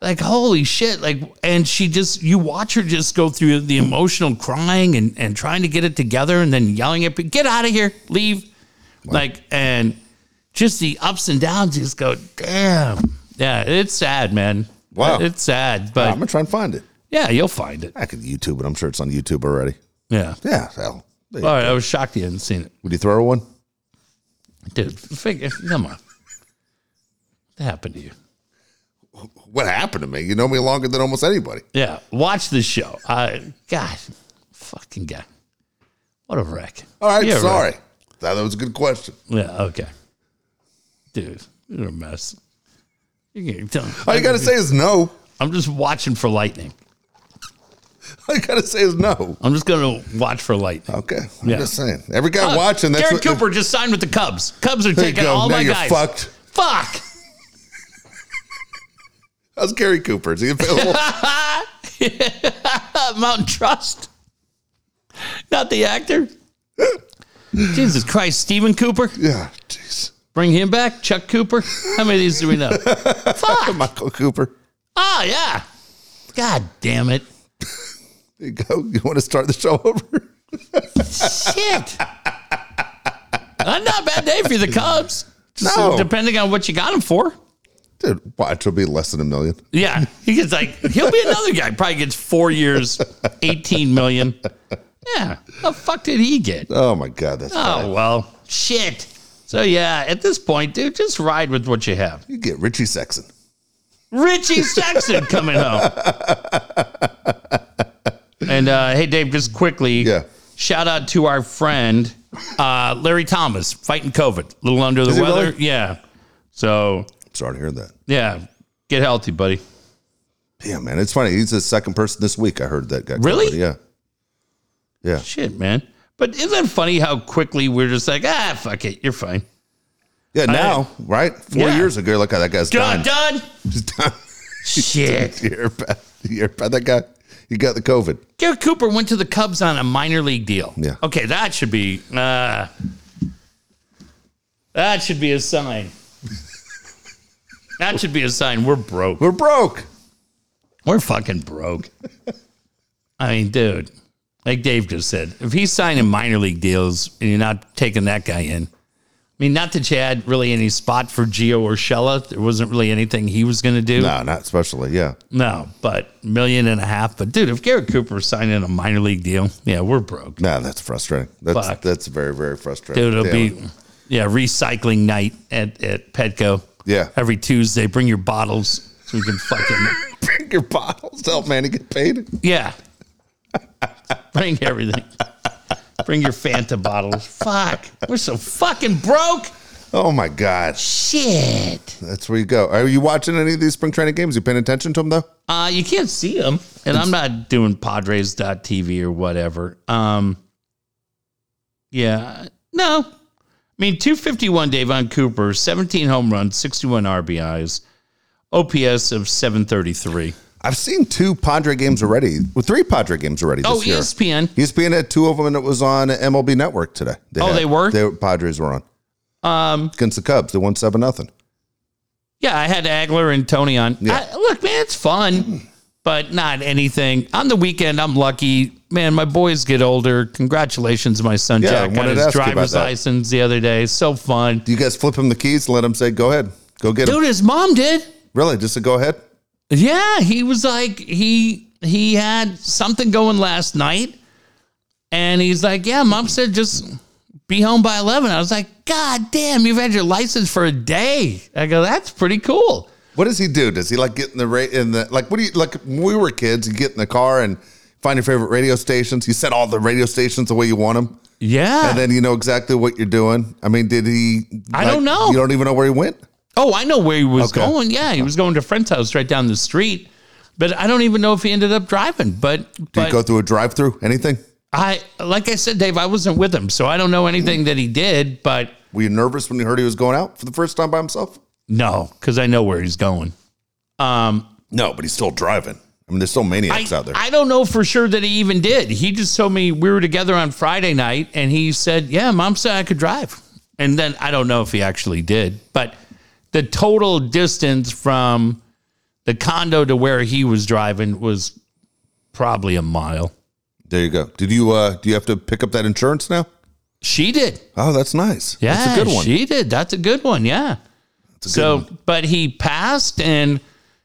S2: like holy shit, like, and she just you watch her just go through the emotional crying and and trying to get it together, and then yelling at people, "Get out of here, leave!" Like, and just the ups and downs. You just go, damn, yeah, it's sad, man.
S1: Wow.
S2: it's sad,
S1: I'm
S2: but
S1: going to try and find it.
S2: yeah, you'll find it.
S1: I could YouTube it. I'm sure it's on YouTube already.
S2: Yeah.
S1: Yeah. Hell. There you-
S2: All right, I was shocked you hadn't seen it.
S1: Would you throw her one?
S2: Dude, figure, come on. What happened to you?
S1: What happened to me? You know me longer than almost anybody.
S2: Yeah, watch this show. Uh, God, fucking guy. What a wreck.
S1: All right.
S2: Yeah,
S1: sorry. That was a good question.
S2: Yeah, okay. Dude, you're a mess. You're gonna tell
S1: All you got to say is no.
S2: I'm just watching for lightning.
S1: All you got to say is no.
S2: I'm just going to watch for lightning.
S1: Okay. I'm
S2: Yeah.
S1: just saying. Every guy watching, that's
S2: Garrett
S1: what.
S2: Uh, Cooper just signed with the Cubs. Cubs are
S1: There you
S2: taking
S1: go.
S2: all
S1: now
S2: my
S1: you're
S2: guys.
S1: fucked.
S2: Fuck.
S1: How's Gary Cooper? Is he available?
S2: Uh, Mountain Trust. Not the actor. Jesus Christ, Stephen Cooper.
S1: yeah. Jeez.
S2: Bring him back. Chuck Cooper. How many of these do we know? Fuck.
S1: Michael Cooper.
S2: Oh yeah. God damn it.
S1: There you go. You want to start the show over?
S2: Shit. Uh, not a bad day for the Cubs. Just
S1: No.
S2: Depending on what you got him for.
S1: Dude, watch. It'll be less than a million.
S2: Yeah. He gets like he'll be another guy. Probably gets four years, eighteen million. Yeah. The fuck did he get?
S1: Oh, my God. That's bad.
S2: Oh well. Shit. So yeah, at this point, dude, just ride with what you have.
S1: You get Richie Sexton.
S2: Richie Saxon coming home. And uh, hey, Dave, just quickly,
S1: Yeah.
S2: shout out to our friend uh, Larry Thomas fighting COVID, a little under the
S1: he
S2: weather.
S1: really?
S2: Yeah. So,
S1: Sorry to hear that.
S2: yeah, get healthy, buddy.
S1: Yeah, man, it's funny. He's the second person this week I heard that guy.
S2: Really?
S1: Yeah. Yeah.
S2: Shit, man. But isn't that funny how quickly we're just like, ah, fuck it, you're fine.
S1: Yeah, now, right? Four
S2: Yeah.
S1: years ago, you're like, oh, that guy's
S2: Done,
S1: done.
S2: done.
S1: He's done.
S2: Shit.
S1: you hear about, you hear about that guy? He got the COVID.
S2: Garrett Cooper went to the Cubs on a minor league deal.
S1: Yeah.
S2: Okay, that should be uh, that should be a sign. that should be a sign. We're broke.
S1: We're broke.
S2: We're fucking broke. I mean, dude, like Dave just said, if he's signing minor league deals and you're not taking that guy in, I mean, not that you had really any spot for Gio or Shella. There wasn't really anything he was going to do.
S1: No, not especially. Yeah.
S2: No, but million and a half. But dude, if Garrett Cooper was signing a minor league deal, yeah, we're broke.
S1: No, that's frustrating. That's
S2: Fuck.
S1: that's very, very frustrating.
S2: Dude, it'll
S1: Damn
S2: be
S1: it.
S2: yeah, recycling night at, at Petco.
S1: Yeah.
S2: Every Tuesday, bring your bottles so we can fucking
S1: Bring your bottles. Help man to get paid.
S2: Yeah. Bring everything. Bring your Fanta bottles. Fuck. We're so fucking broke.
S1: Oh my God.
S2: Shit.
S1: That's where you go. Are you watching any of these spring training games? You paying attention to them though?
S2: Uh you can't see them. And I'm not doing Padres.tv or whatever. Um Yeah. No. I mean, 251 Davon Cooper, 17 home runs, 61 RBIs, OPS of 733.
S1: I've seen two Padre games already. Well, three Padre games already this
S2: Oh,
S1: year. E
S2: ESPN.
S1: ESPN had two of them, and it was on MLB Network today.
S2: Oh,
S1: had-
S2: they were?
S1: They Padres were on
S2: Um,
S1: against the Cubs. They won seven nothing.
S2: yeah, I had Agler and Tony on.
S1: Yeah.
S2: I, look, man, it's fun, but not anything. On the weekend, I'm lucky. Man, my boys get older. Congratulations, my son
S1: Yeah, I
S2: Jack got
S1: wanted to
S2: his
S1: ask you about
S2: driver's
S1: that.
S2: license the other day. So fun.
S1: Do you guys flip him the keys and let him say, "Go ahead, go get him"?
S2: Dude, his mom did.
S1: Really, just to go ahead?
S2: Yeah, he was like he he had something going last night, and he's like, yeah, mom said just be home by 11. I was like, God damn, you've had your license for a day. I go, that's pretty cool.
S1: What does he do? Does he like get in the ra- in the like? What do you like? When we were kids. You get in the car and find your favorite radio stations. You set all the radio stations the way you want them,
S2: Yeah.
S1: and then you know exactly what you're doing. I mean, did he?
S2: I don't know.
S1: You don't even know where he went.
S2: oh, I know where he was
S1: Okay.
S2: going. Yeah, he was going to a friend's house right down the street. But I don't even know if he ended up driving. But,
S1: Did
S2: but
S1: he go through a drive-through? Anything?
S2: I, like I said, Dave, I wasn't with him. So I don't know anything that he did. But
S1: Were you nervous when you heard he was going out for the first time by himself?
S2: no, because I know where he's going. Um,
S1: No, but he's still driving. I mean, there's still maniacs
S2: I,
S1: out there.
S2: I don't know for sure that he even did. He just told me we were together on Friday night and he said, Yeah, mom said I could drive. And then I don't know if he actually did, but the total distance from the condo to where he was driving was probably a mile.
S1: there you go. Did you uh do you have to pick up that insurance now?
S2: She did.
S1: Oh, that's nice.
S2: Yeah.
S1: that's a good one.
S2: She did. That's a good one. Yeah. so, but he passed and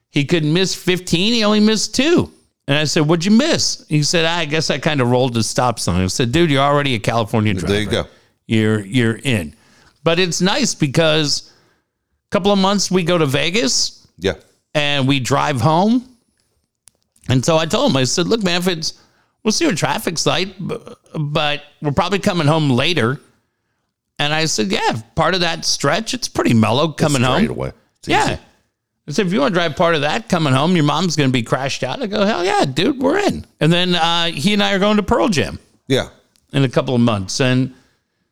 S2: he could miss 15. He only missed two. And I said, What'd you miss? He said, "Ah, I guess I kind of rolled the stop sign. I said, Dude, you're already a California driver.
S1: there you go.
S2: You're, you're in. But it's nice because a couple of months we go to Vegas
S1: Yeah.
S2: and we drive home. And so I told him, I said, look, man, if it's, we'll see what traffic's like, b- but we're probably coming home later. And I said, yeah, part of that stretch, it's pretty mellow coming
S1: Straight
S2: home.
S1: away. It's
S2: Yeah.
S1: easy.
S2: I said, if you want to drive part of that coming home, your mom's going to be crashed out. I go, hell yeah, dude, we're in. And then uh, he and I are going to Pearl Jam
S1: Yeah.
S2: in a couple of months. And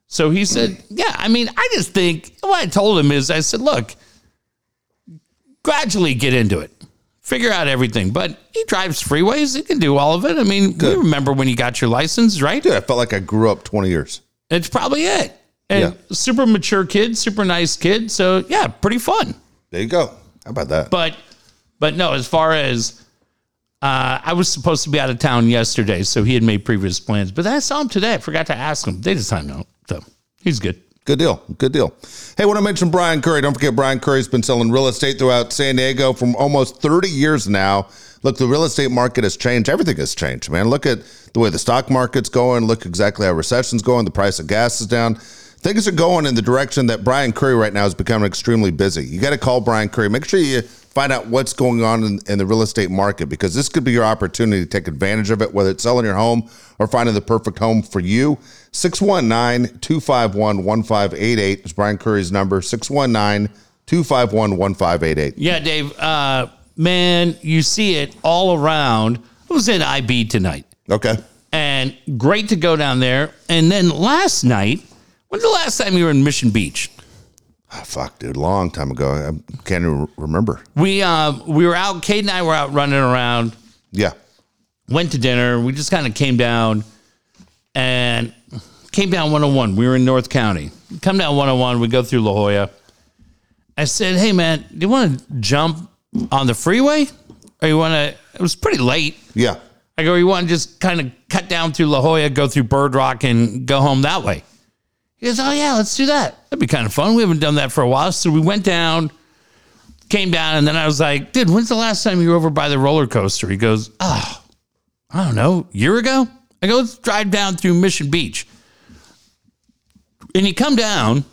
S2: so he said, Yeah, I mean, I just think what I told him is I said, Look, gradually get into it, figure out everything. But he drives freeways, he can do all of it. I mean, you remember when you got your license, right?
S1: Dude, I felt like I grew up 20 years.
S2: It's probably it. And
S1: Yeah.
S2: super mature kid, super nice kid. So, yeah, pretty fun.
S1: There you go. How about that?
S2: But, but no, as far as, uh, I was supposed to be out of town yesterday, so he had made previous plans. But then I saw him today. I forgot to ask him. They just timed out, so he's good.
S1: Good deal. Good deal. Hey, want to mention Brian Curry. Don't forget, Brian Curry's been selling real estate throughout San Diego for almost 30 years now. Look, the real estate market has changed. Everything has changed, man. Look at the way the stock market's going. Look exactly how recession's going. The price of gas is down. Things are going in the direction that Brian Curry right now is becoming extremely busy. You got to call Brian Curry. Make sure you find out what's going on in, in the real estate market because this could be your opportunity to take advantage of it, whether it's selling your home or finding the perfect home for you. 619 251 1588 is Brian Curry's number 619 251 1588.
S2: Yeah, Dave. Uh, man, you see it all around. I was in IB tonight,
S1: Okay.
S2: and great to go down there. And then last night, when's the last time you were in Mission Beach?
S1: Ah, fuck, dude. Long time ago. I can't even remember.
S2: We uh, we were out. Kate and I were out running around.
S1: Yeah.
S2: Went to dinner. We just kind of came down and came down 101. We were in North County. Come down 101. We go through La Jolla. I said, "Hey, man, do you want to jump on the freeway, or you want to?" It was pretty late.
S1: Yeah.
S2: I go, you want to just kind of cut down through La Jolla, go through Bird Rock, and go home that way? He goes, oh yeah, let's do that. That'd be kind of fun. We haven't done that for a while, so we went down, came down, and then I was like, dude, when's the last time you were over by the roller coaster? He goes, oh, I don't know, year ago. I go, let's drive down through Mission Beach, and you come down.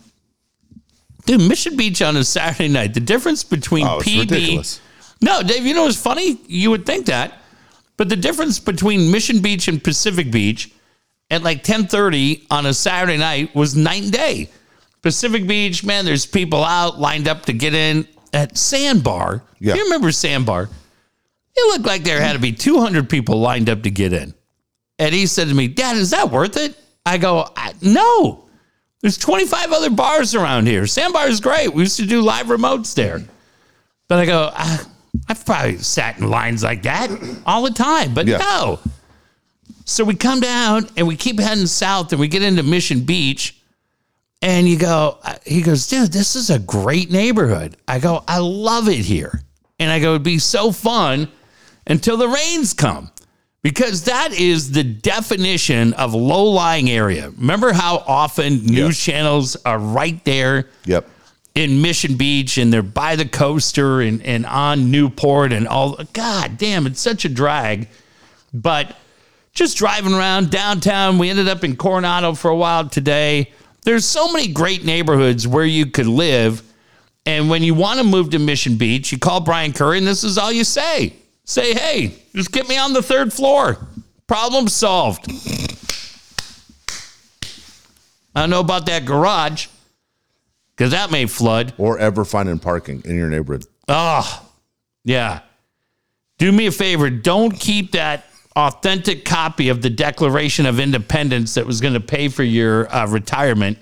S2: Dude, Mission Beach on a Saturday night. The difference between
S1: Oh, it's
S2: PB.
S1: ridiculous.
S2: No, Dave, you know what's funny? You would think that. But the difference between Mission Beach and Pacific Beach at like 10:30 on a Saturday night was night and day. Pacific Beach, man, there's people out lined up to get in at Sandbar.
S1: Yeah.
S2: You remember Sandbar? It looked like there had to be 200 people lined up to get in. And he said to me, "Dad, is that worth it?" I go, I, "No." There's 25 other bars around here. Sandbar is great. We used to do live remotes there. But I go, I, I've probably sat in lines like that all the time, but
S1: Yeah.
S2: no. So we come down and we keep heading south and we get into Mission Beach. And you go, uh, he goes, dude, this is a great neighborhood. I go, I love it here. And I go, it'd be so fun until the rains come because that is the definition of low lying area. Remember how often news channels are right there
S1: Yep.
S2: in Mission Beach and they're by the coaster and, and on Newport and all. God damn, it's such a drag. But just driving around downtown, we ended up in Coronado for a while today. There's so many great neighborhoods where you could live. And when you want to move to Mission Beach, you call Brian Curry, and this is all you say. Say, hey, just get me on the third floor. Problem solved. I don't know about that garage because that may flood.
S1: or ever finding parking in your neighborhood.
S2: Oh, yeah. Do me a favor. Don't keep that authentic copy of the Declaration of Independence that was going to pay for your uh, retirement.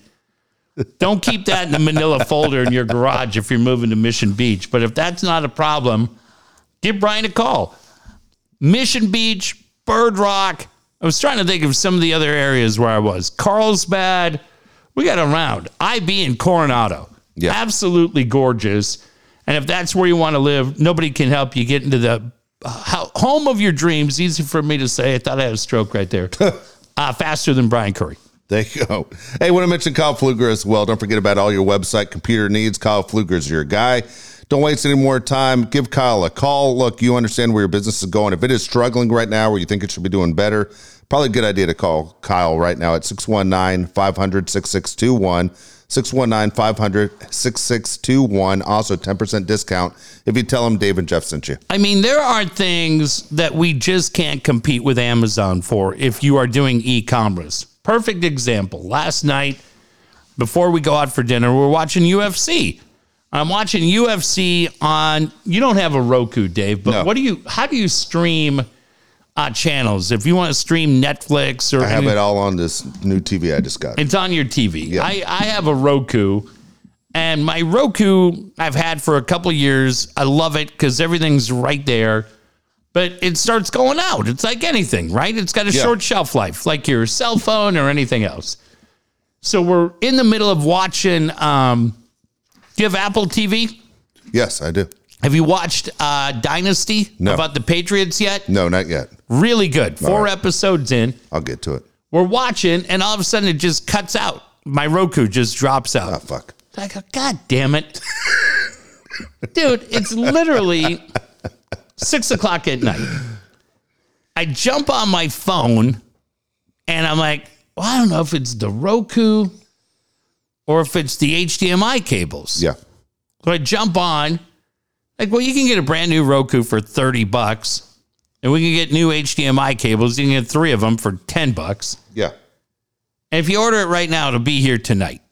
S2: Don't keep that in the manila folder in your garage if you're moving to Mission Beach. But if that's not a problem, give Brian a call. Mission Beach, Bird Rock. I was trying to think of some of the other areas where I was. Carlsbad. We got around. IB in Coronado.
S1: Yeah.
S2: Absolutely gorgeous. And if that's where you want to live, nobody can help you get into the uh, ho- home of your dreams. Easy for me to say. I thought I had a stroke right there. uh, faster than Brian Curry.
S1: There you go. Hey, want to mention Kyle Pfluger as well. Don't forget about all your website computer needs. Kyle Pfluger's your guy. Don't waste any more time. Give Kyle a call. Look, you understand where your business is going. If it is struggling right now or you think it should be doing better, probably a good idea to call Kyle right now at 619 500 6621. 619 500 6621. Also, 10% discount if you tell him Dave and Jeff sent you.
S2: I mean, there are things that we just can't compete with Amazon for if you are doing e commerce. Perfect example. Last night, before we go out for dinner, we're watching UFC. I'm watching UFC on, you don't have a Roku, Dave, but
S1: No.
S2: what do you, how do you stream uh, channels? If you want to stream Netflix or
S1: I have it all on this new TV I just got.
S2: it's on your TV. I, I have a Roku, and my Roku I've had for a couple years. I love it because everything's right there, but it starts going out. It's like anything, right? It's got a
S1: Yeah.
S2: short shelf life, like your cell phone or anything else. So we're in the middle of watching. Um, do you have Apple TV?
S1: Yes, I do.
S2: Have you watched uh, Dynasty
S1: No.
S2: about the Patriots yet?
S1: No, not yet.
S2: Really good. Four episodes in
S1: I'll get to it.
S2: we're watching, and all of a sudden it just cuts out. My Roku just drops out.
S1: Ah, fuck.
S2: I go, God damn it. Dude, it's literally six o'clock at night. I jump on my phone and I'm like, well, I don't know if it's the Roku or if it's the HDMI cables.
S1: Yeah.
S2: So I jump on, like, well, you can get a brand new Roku for 30 bucks, and we can get new HDMI cables. You can get three of them for 10 bucks.
S1: Yeah.
S2: And if you order it right now, it'll be here tonight.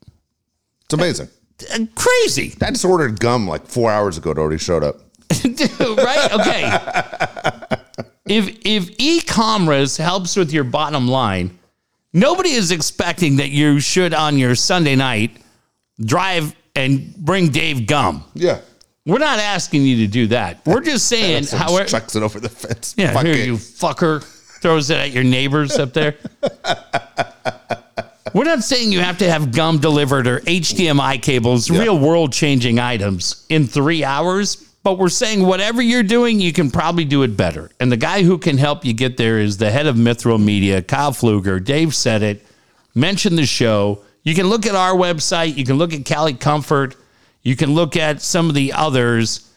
S1: It's amazing.
S2: Uh, Crazy,
S1: I just ordered gum like four hours ago. It already showed up.
S2: Dude, right? Okay. if if e-commerce helps with your bottom line, nobody is expecting that you should on your Sunday night drive and bring Dave gum.
S1: Yeah.
S2: We're not asking you to do that. We're just saying
S1: So just
S2: however
S1: chucks it over the fence.
S2: Yeah,
S1: Fuck
S2: here
S1: it.
S2: you fucker throws it at your neighbors up there. We're not saying you have to have gum delivered or HDMI cables, real world changing items in three hours, but we're saying whatever you're doing, you can probably do it better. And the guy who can help you get there is the head of Mithril Media, Kyle Pfluger. Dave said it. Mention the show. You can look at our website. You can look at Cali Comfort. You can look at some of the others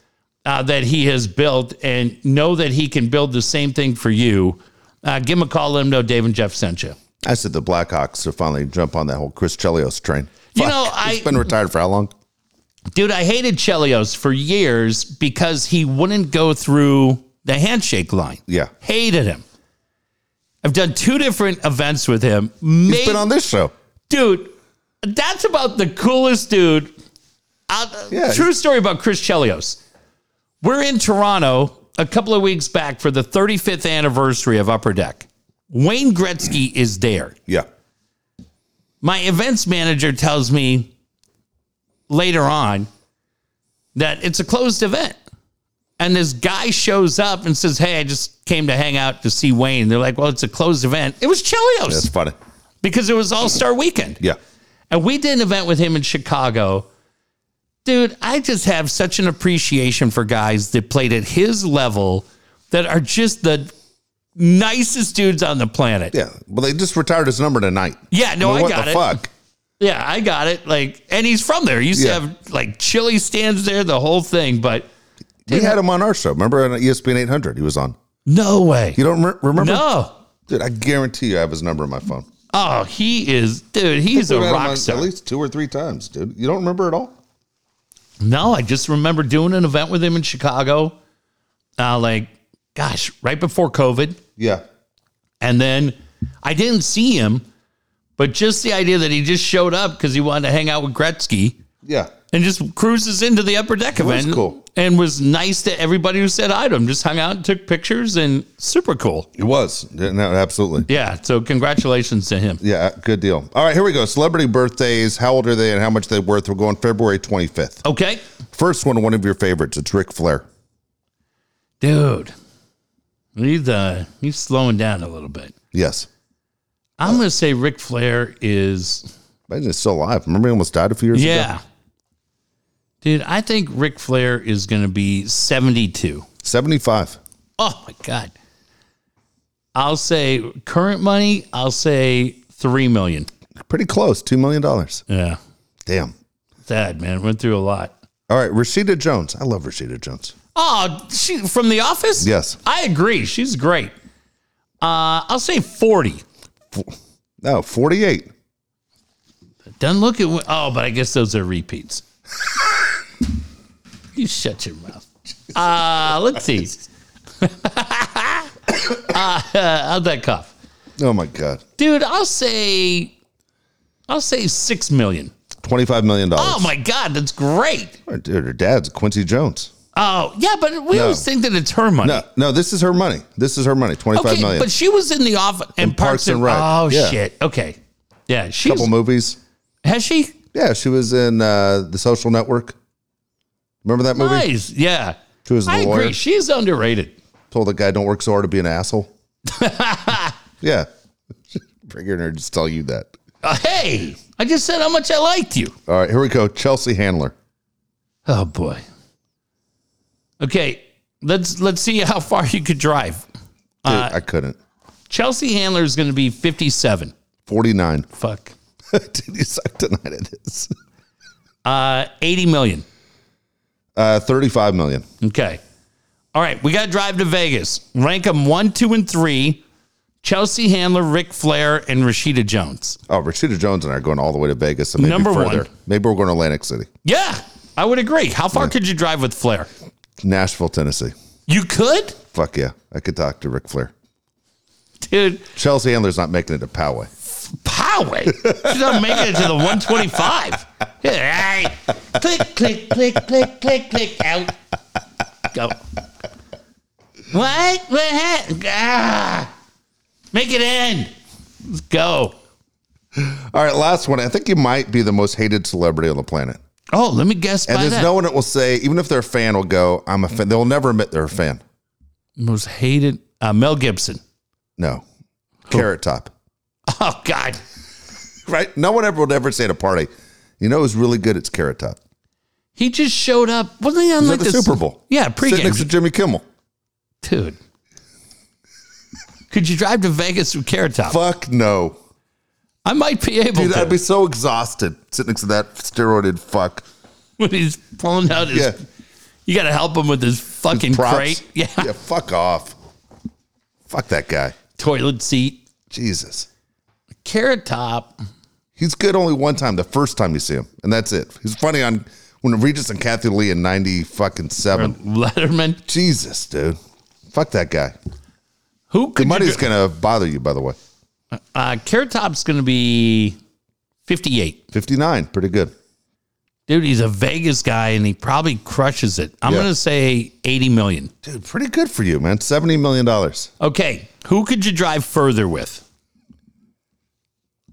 S2: uh, that he has built and know that he can build the same thing for you, uh, give him a call. Let him know Dave and Jeff sent you.
S1: I said the Blackhawks to finally jump on that whole Chris Chelios train.
S2: You
S1: Fuck.
S2: know,
S1: He's
S2: I-
S1: been retired for how long?
S2: Dude, I hated Chelios for years because he wouldn't go through the handshake line.
S1: Yeah.
S2: Hated him. I've done two different events with him. Maybe,
S1: He's been on this show.
S2: dude, that's about the coolest dude. Out,
S1: Yeah.
S2: True story about Chris Chelios. We're in Toronto a couple of weeks back for the 35th anniversary of Upper Deck. Wayne Gretzky is there.
S1: Yeah.
S2: my events manager tells me later on that it's a closed event. And this guy shows up and says, Hey, I just came to hang out to see Wayne. They're like, Well, it's a closed event. It was Chelios
S1: That's funny.
S2: because it was All Star Weekend.
S1: Yeah.
S2: And we did an event with him in Chicago. Dude, I just have such an appreciation for guys that played at his level that are just the nicest dudes on the planet.
S1: Yeah. Well, they just retired his number tonight.
S2: Yeah, no,
S1: I mean,
S2: I,
S1: what
S2: got
S1: the
S2: it.
S1: fuck?
S2: Yeah, I got it. Like, and he's from there. He used
S1: Yeah.
S2: to have like chili stands there, the whole thing. But
S1: We had him on our show. Remember on E ESPN 800 he was on.
S2: no way,
S1: You don't re- remember?
S2: no.
S1: Dude, I guarantee you I have his number on my phone.
S2: Oh, he is, dude. He's a
S1: We've had him on
S2: rock
S1: At
S2: star.
S1: least two or three times, dude. You don't remember at all?
S2: No, I just remember doing an event with him in Chicago, uh, like, gosh, right before COVID.
S1: Yeah.
S2: And then I didn't see him, but just the idea that he just showed up because he wanted to hang out with Gretzky
S1: Yeah.
S2: and just cruises into the upper deck
S1: was
S2: event.
S1: cool.
S2: And was nice to everybody who said hi to him. Just hung out and took pictures and super cool.
S1: It was. Yeah, No, absolutely.
S2: Yeah. So congratulations to him.
S1: Yeah, good deal. All right, here we go. Celebrity birthdays, how old are they and how much they're worth? We're going February 25th.
S2: Okay.
S1: First one, one of your favorites. It's Ric Flair.
S2: Dude. He's uh he's slowing down a little bit.
S1: Yes.
S2: I'm gonna say Ric Flair is
S1: Imagine he's still alive. Remember he almost died a few years ago?
S2: Yeah. Dude, I think Ric Flair is going to be 72.
S1: 75.
S2: Oh my god. I'll say current money, I'll say 3 million.
S1: Pretty close. $2 million.
S2: Yeah.
S1: Damn.
S2: Sad, man. Went through a lot.
S1: All right, Rashida Jones. I love Rashida Jones.
S2: Oh, she from the office?
S1: Yes.
S2: I agree. She's great. Uh, I'll say 40.
S1: No, 48.
S2: Doesn't look at Oh, but I guess those are repeats. you shut your mouth. Uh, let's see. uh, how'd that cough?
S1: Oh, my God.
S2: Dude, I'll say I'll say six million.
S1: $25 million.
S2: Oh my god, that's great.
S1: Dude, her dad's Quincy Jones.
S2: Oh, yeah, but we always think that it's her money.
S1: No, no, this is her money. This is her money. Twenty-five million.
S2: okay, but she was in the office and Parks, and Rec. Oh
S1: yeah.
S2: shit. Okay. Yeah, she's
S1: couple movies.
S2: has she?
S1: Yeah, she was in uh, the Social Network. Remember that movie?
S2: Nice. Yeah.
S1: She was the
S2: I
S1: lawyer.
S2: agree. She's underrated.
S1: Told the guy, "Don't work so hard to be an asshole." yeah, bring her in here and just tell you that.
S2: Uh, hey, I just said how much I liked you.
S1: All right, here we go. Chelsea Handler.
S2: Oh boy. Okay, let's let's see how far you could drive.
S1: Dude,
S2: Uh,
S1: I couldn't.
S2: Chelsea Handler is going to be fifty-seven.
S1: Forty-nine.
S2: Fuck.
S1: Did you suck tonight at this?
S2: Uh, eighty million.
S1: Uh, Thirty-five million.
S2: Okay. All right, we got to drive to Vegas. Rank them one, two, and three. Chelsea Handler, Ric Flair, and Rashida Jones.
S1: Oh, Rashida Jones and I are going all the way to Vegas. And maybe
S2: Number
S1: further.
S2: one.
S1: Maybe we're going to Atlantic City,
S2: Yeah, I would agree. How far could you drive with Flair?
S1: Nashville, Tennessee.
S2: You could,
S1: Fuck yeah, I could talk to Ric Flair.
S2: dude.
S1: Chelsea Handler's not making it to Poway.
S2: Poway. She's not making it to the 125. Yeah, all right. Click, click, click, click, click, click. Out. Go. What? What happened? Ah. Make it end. Let's go.
S1: All right, last one. I think you might be the most hated celebrity on the planet.
S2: Oh, let me guess.
S1: And
S2: by
S1: there's
S2: that.
S1: no one that will say, even if they're a fan, will go, I'm a fan. They'll never admit they're a fan.
S2: most hated uh, Mel Gibson.
S1: No. Carrot Top.
S2: Oh God,
S1: Right? No one ever would ever say at a party, you know who's really good? It's Carrot Top.
S2: he just showed up. Wasn't he on
S1: He's
S2: like
S1: at the Super Bowl.
S2: Yeah,
S1: Sitting next to
S2: pregame,
S1: Jimmy Kimmel.
S2: dude. Could you drive to Vegas with Carrot Top?
S1: Fuck no.
S2: I might be able
S1: Dude,
S2: to.
S1: I'd be so exhausted sitting next to that steroided fuck.
S2: when he's pulling out his,
S1: Yeah.
S2: you got to help him with his fucking
S1: Props.
S2: crate. Yeah,
S1: yeah, fuck off. Fuck that guy.
S2: toilet seat,
S1: Jesus.
S2: Carrot Top.
S1: He's good only one time, the first time you see him, and that's it. He's funny on when Regis and Kathy Lee in ninety fucking seven.
S2: Letterman.
S1: Jesus, dude, fuck that guy.
S2: Who
S1: The
S2: could you
S1: money's
S2: dri-
S1: gonna bother you, by the way.
S2: uh, Carrot Top's going to be fifty-eight.
S1: Fifty nine, pretty good.
S2: Dude, he's a Vegas guy and he probably crushes it. I'm
S1: Yeah.
S2: going to say 80 million.
S1: Dude, pretty good for you, man. Seventy million dollars.
S2: Okay, who could you drive further with?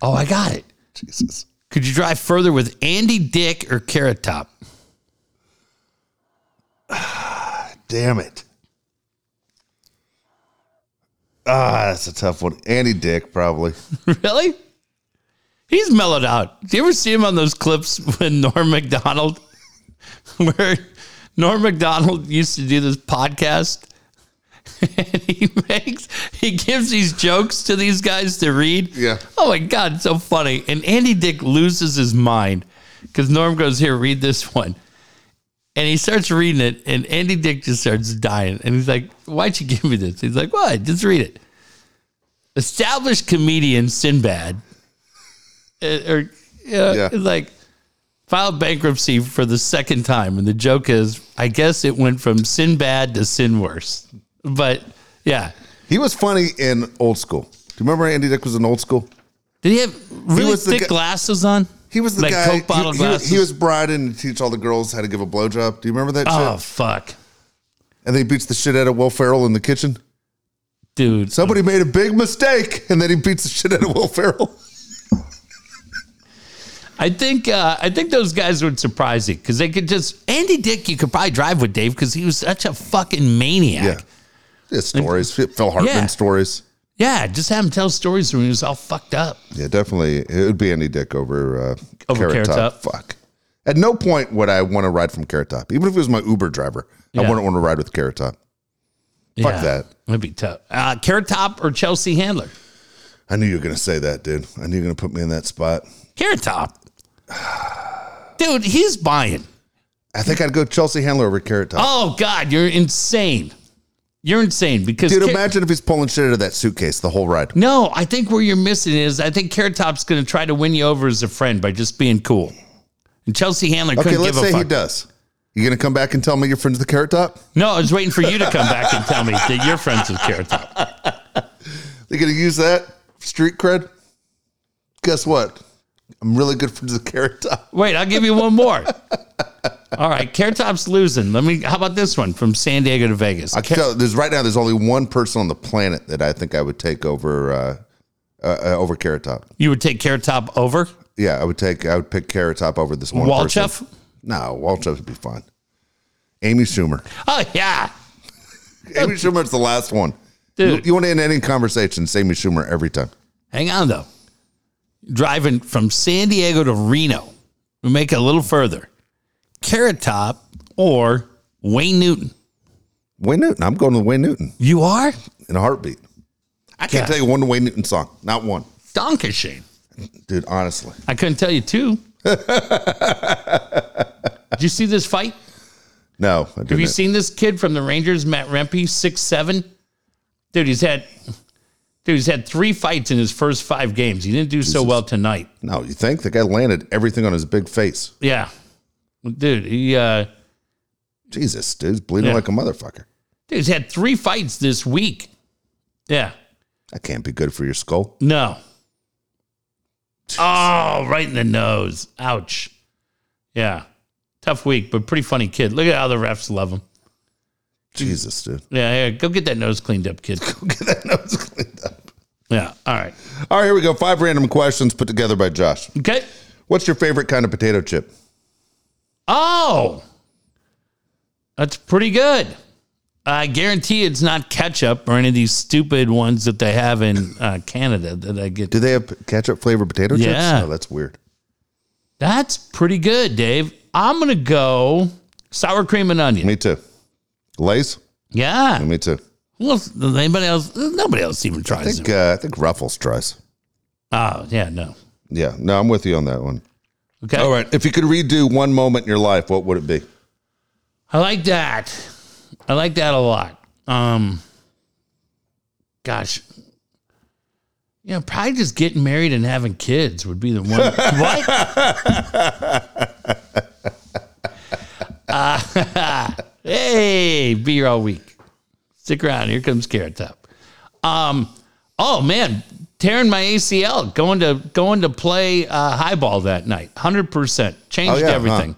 S2: Oh, I got it.
S1: Jesus,
S2: Could you drive further with Andy Dick or Carrot Top?
S1: damn it. Ah, that's a tough one. Andy Dick, probably.
S2: really? He's mellowed out. Do you ever see him on those clips with Norm McDonald? Where Norm McDonald used to do this podcast and he makes he gives these jokes to these guys to read.
S1: Yeah.
S2: Oh my god, it's so funny. And Andy Dick loses his mind because Norm goes, Here, read this one. And he starts reading it, and Andy Dick just starts dying. And he's like, Why'd you give me this? He's like, What? Just read it. Established comedian Sinbad it- or you know,
S1: Yeah.
S2: it's like filed bankruptcy for the second time, and the joke is, I guess it went from sin bad to sin worse. But yeah,
S1: He was funny in old school. Do you remember Andy Dick was in old school?
S2: did he have really
S1: was the
S2: thick
S1: guy-
S2: glasses on?
S1: He was the
S2: like
S1: guy.
S2: Coke bottle
S1: he, he-
S2: glasses.
S1: he was bribed in to teach all the girls how to give a blowjob. Do you remember that
S2: oh
S1: shit?
S2: fuck,
S1: And they beats the shit out of Will Ferrell in the kitchen.
S2: dude.
S1: Somebody made a big mistake, and then he beats the shit out of Will Ferrell.
S2: I think uh, I think those guys would surprise you because they could just Andy Dick. You could probably drive with Dave because he was such a fucking maniac.
S1: Yeah. His stories, Phil Hartman
S2: Yeah.
S1: stories.
S2: Yeah, just have him tell stories when he was all fucked up.
S1: Yeah, definitely. It would be Andy Dick over uh,
S2: Over
S1: Carrot
S2: Carrot
S1: Top.
S2: Top.
S1: Fuck. At no point would I want to ride from Carrot Top, even if it was my Uber driver. I
S2: Yeah.
S1: wouldn't want to ride with Carrot Top. Fuck that.
S2: That'd be tough. Uh, Carrot Top or Chelsea Handler?
S1: I knew you were gonna say that, dude. I knew you were gonna put me in that spot.
S2: Carrot Top. Dude, he's buying.
S1: I think I'd go Chelsea Handler over Carrot Top.
S2: Oh, God, you're insane. You're insane because.
S1: dude,
S2: Car-
S1: imagine if he's pulling shit out of that suitcase the whole ride.
S2: no, I think where you're missing is I think Carrot Top's going to try to win you over as a friend by just being cool. And Chelsea Handler
S1: Okay,
S2: couldn't
S1: let's
S2: give a
S1: say he
S2: fuck.
S1: does. You gonna come back and tell me your friend's the Carrot Top?
S2: No, I was waiting for you to come back and tell me that you're friends with Carrot Top.
S1: They gonna use that street cred? Guess what? I'm really good friends with Carrot Top.
S2: Wait, I'll give you one more. All right, Carrot Top's losing. Let me. How about this one from San Diego to Vegas?
S1: I can tell. There's right now. There's only one person on the planet that I think I would take over uh, uh, uh, over Carrot Top.
S2: You would take Carrot Top over
S1: Yeah, I would take. I would pick Carrot Top over this one. person.
S2: Walchef?
S1: No, Walchef would be fine. Amy Schumer.
S2: Oh yeah,
S1: Amy Schumer's the last one. You,
S2: dude.
S1: you want to end any conversation? It's Amy Schumer every time.
S2: hang on though. Driving from San Diego to Reno, we make it a little further. Carrot Top or Wayne Newton?
S1: Wayne Newton. I'm going with Wayne Newton
S2: You are
S1: in a heartbeat. I can't
S2: Yeah.
S1: tell you one Wayne Newton song. Not one,
S2: donkey shame.
S1: dude. Honestly.
S2: I couldn't tell you two. Did you see this fight?
S1: No, I
S2: Have
S1: didn't.
S2: you seen this kid from the Rangers, Matt Rempe, six seven? Dude, he's had dude, he's had three fights in his first five games. He didn't do so well tonight.
S1: no, you think the guy landed everything on his big face?
S2: Yeah. Dude, he uh
S1: Jesus, dude's bleeding
S2: Yeah.
S1: like a motherfucker.
S2: dude, he's had three fights this week. Yeah.
S1: That can't be good for your skull.
S2: No. Oh, right in the nose. Ouch. Yeah. Tough week, but pretty funny kid. Look at how the refs love him.
S1: Jesus, dude.
S2: Yeah, yeah. Go get that nose cleaned up, kid.
S1: Get that nose cleaned up.
S2: Yeah. All right.
S1: All right, here we go. Five random questions put together by Josh.
S2: Okay.
S1: What's your favorite kind of potato chip?
S2: Oh, that's pretty good. I guarantee it's not ketchup or any of these stupid ones that they have in uh, Canada that I get.
S1: Do they have ketchup flavored potato chips?
S2: Yeah.
S1: Oh, that's weird.
S2: That's pretty good, Dave. I'm going to go sour cream and onion.
S1: Me too. Lays?
S2: Yeah.
S1: Me too.
S2: Well, does anybody else? Nobody else even
S1: I
S2: tries
S1: think
S2: them.
S1: uh, I think Ruffles tries.
S2: Oh, yeah, no.
S1: Yeah. No, I'm with you on that one.
S2: Okay.
S1: All right. If you could redo one moment in your life, what would it be?
S2: I like that. I like that a lot. Um, gosh, you know, probably just getting married and having kids would be the one. what? Ah, hey, be here all week. Stick around. Here comes Carrot Top. Um, oh man, tearing my ACL, going to going to play uh, highball that night. Hundred percent changed
S1: Oh, yeah, huh?
S2: everything.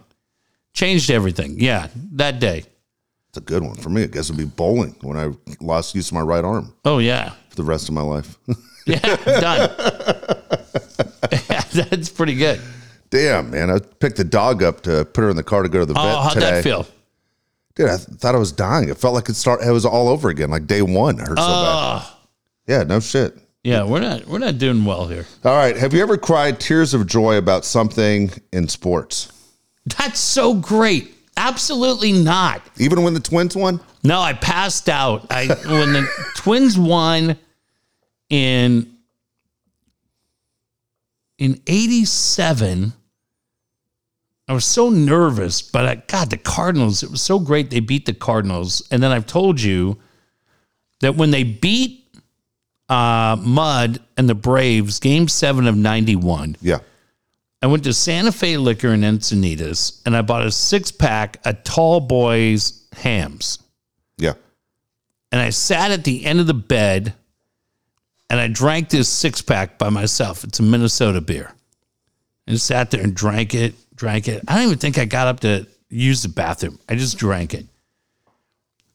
S2: Changed everything. Yeah, that day.
S1: It's a good one for me. I guess it would be bowling when I lost use of my right arm
S2: Oh yeah,
S1: for the rest of my life.
S2: yeah, done. yeah, that's pretty good.
S1: Damn, man. I picked the dog up to put her in the car to go to the
S2: Oh,
S1: vet
S2: how'd
S1: today.
S2: that feel?
S1: Dude, I th- thought I was dying. It felt like it start. It was all over again, like day one. I hurt so bad. Yeah, no shit.
S2: Yeah, we're not we're not doing well here.
S1: All right. Have you ever cried tears of joy about something in sports?
S2: That's so great. Absolutely not.
S1: Even when the Twins won?
S2: No, I passed out. I when the Twins won in in '87, I was so nervous. But I, God, the Cardinals! It was so great they beat the Cardinals. And then I've told you that when they beat uh, Mud and the Braves, Game Seven of '91,
S1: Yeah.
S2: I went to Santa Fe Liquor in Encinitas and I bought a six pack of Tall Boys hams.
S1: Yeah.
S2: And I sat at the end of the bed and I drank this six pack by myself. It's a Minnesota beer. And sat there and drank it, drank it. I don't even think I got up to use the bathroom. I just drank it.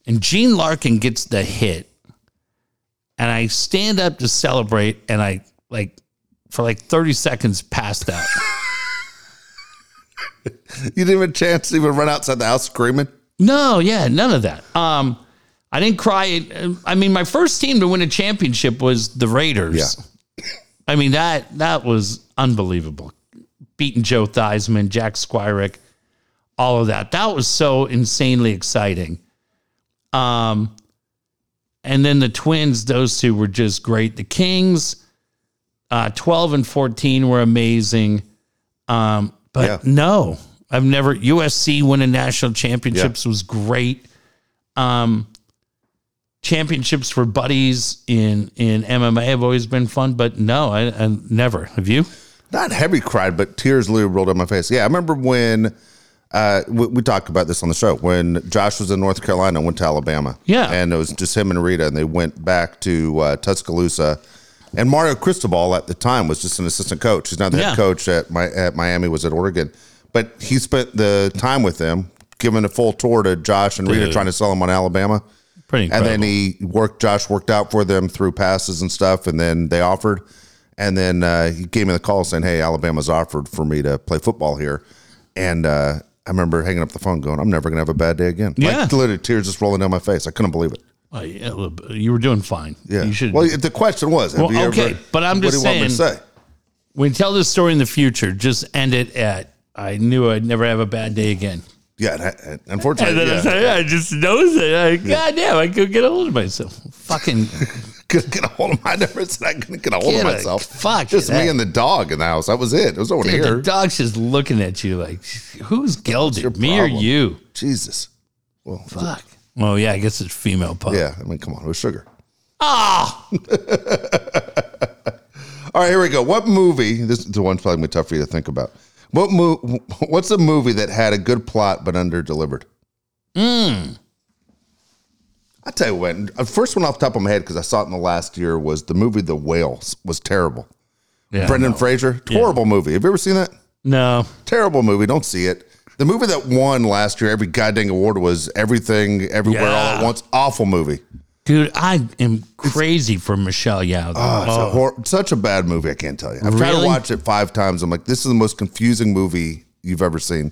S2: And Gene Larkin gets the hit. And I stand up to celebrate and I like for like 30 seconds passed out.
S1: You didn't have a chance to even run outside the house screaming.
S2: No, yeah, none of that. Um, I didn't cry. I mean, my first team to win a championship was the Raiders. I mean that that was unbelievable. Beating Joe Theismann, Jack Squirek, all of that. That was so insanely exciting. Um, and then the Twins; those two were just great. The Kings, uh, twelve and fourteen, were amazing. Um, but
S1: Yeah.
S2: no, I've never USC winning national championships was great. Um, championships for buddies in in MMA have always been fun, but no, I, I never have you.
S1: not heavy cried, but tears literally rolled down my face. Yeah, I remember when uh, we, we talked about this on the show when Josh was in North Carolina, went to Alabama.
S2: Yeah.
S1: and it was just him and Rita, and they went back to uh, Tuscaloosa. And Mario Cristobal at the time was just an assistant coach. He's now the
S2: Yeah.
S1: head coach at my at Miami. Was at Oregon, but he spent the time with them, giving a full tour to Josh and Rita,
S2: Dude.
S1: trying to sell him on Alabama.
S2: Pretty incredible.
S1: And then he worked. Josh worked out for them through passes and stuff, and then they offered. And then uh, he gave me the call saying, "Hey, Alabama's offered for me to play football here." And uh, I remember hanging up the phone, going, "I'm never gonna have a bad day again."
S2: Yeah.
S1: like literally tears just rolling down my face. I couldn't believe it.
S2: Well, yeah, a little bit. you were doing fine.
S1: Yeah.
S2: You should.
S1: Well, the question was, have
S2: Well,
S1: you
S2: okay,
S1: ever,
S2: but I'm
S1: what
S2: just
S1: do you want
S2: saying-
S1: me to say?
S2: when you tell this story in the future, just end it at "I knew I'd never have a bad day again."
S1: Yeah, and I- and
S2: And
S1: unfortunately,
S2: then I,
S1: yeah.
S2: said, yeah, I just knows it. I, God damn, I could get a hold of myself. Fucking
S1: couldn't get a hold of my numbers. I couldn't get a hold
S2: Get
S1: of
S2: a-
S1: myself.
S2: fuck
S1: just
S2: that.
S1: me and the dog in the house. That was it. It was no one
S2: dude, the
S1: here.
S2: dog's just looking at you like, "Who's gelded, me or
S1: problem?
S2: you?"
S1: Jesus. Well,
S2: Fuck. Oh yeah, I guess it's female pup.
S1: yeah. I mean, come on, it was sugar.
S2: Ah,
S1: All right, here we go. What movie? This the one's probably gonna be tough for you to think about. What mo- What's a movie that had a good plot but under delivered?
S2: Hmm.
S1: I tell you what. The first one off the top of my head because I saw it in the last year was the movie The Whales was terrible.
S2: yeah.
S1: Brendan Fraser, horrible movie. Have you ever seen that?
S2: No,
S1: Terrible movie. Don't see it. The movie that won last year every goddamn award was Everything Everywhere All
S2: Yeah.
S1: at Once. Awful movie.
S2: dude, I am crazy for Michelle Yao. though.
S1: Oh, it's a hor- such a bad movie. I can't tell you. I've tried to
S2: Really?
S1: watch it five times. I'm like, this is the most confusing movie you've ever seen.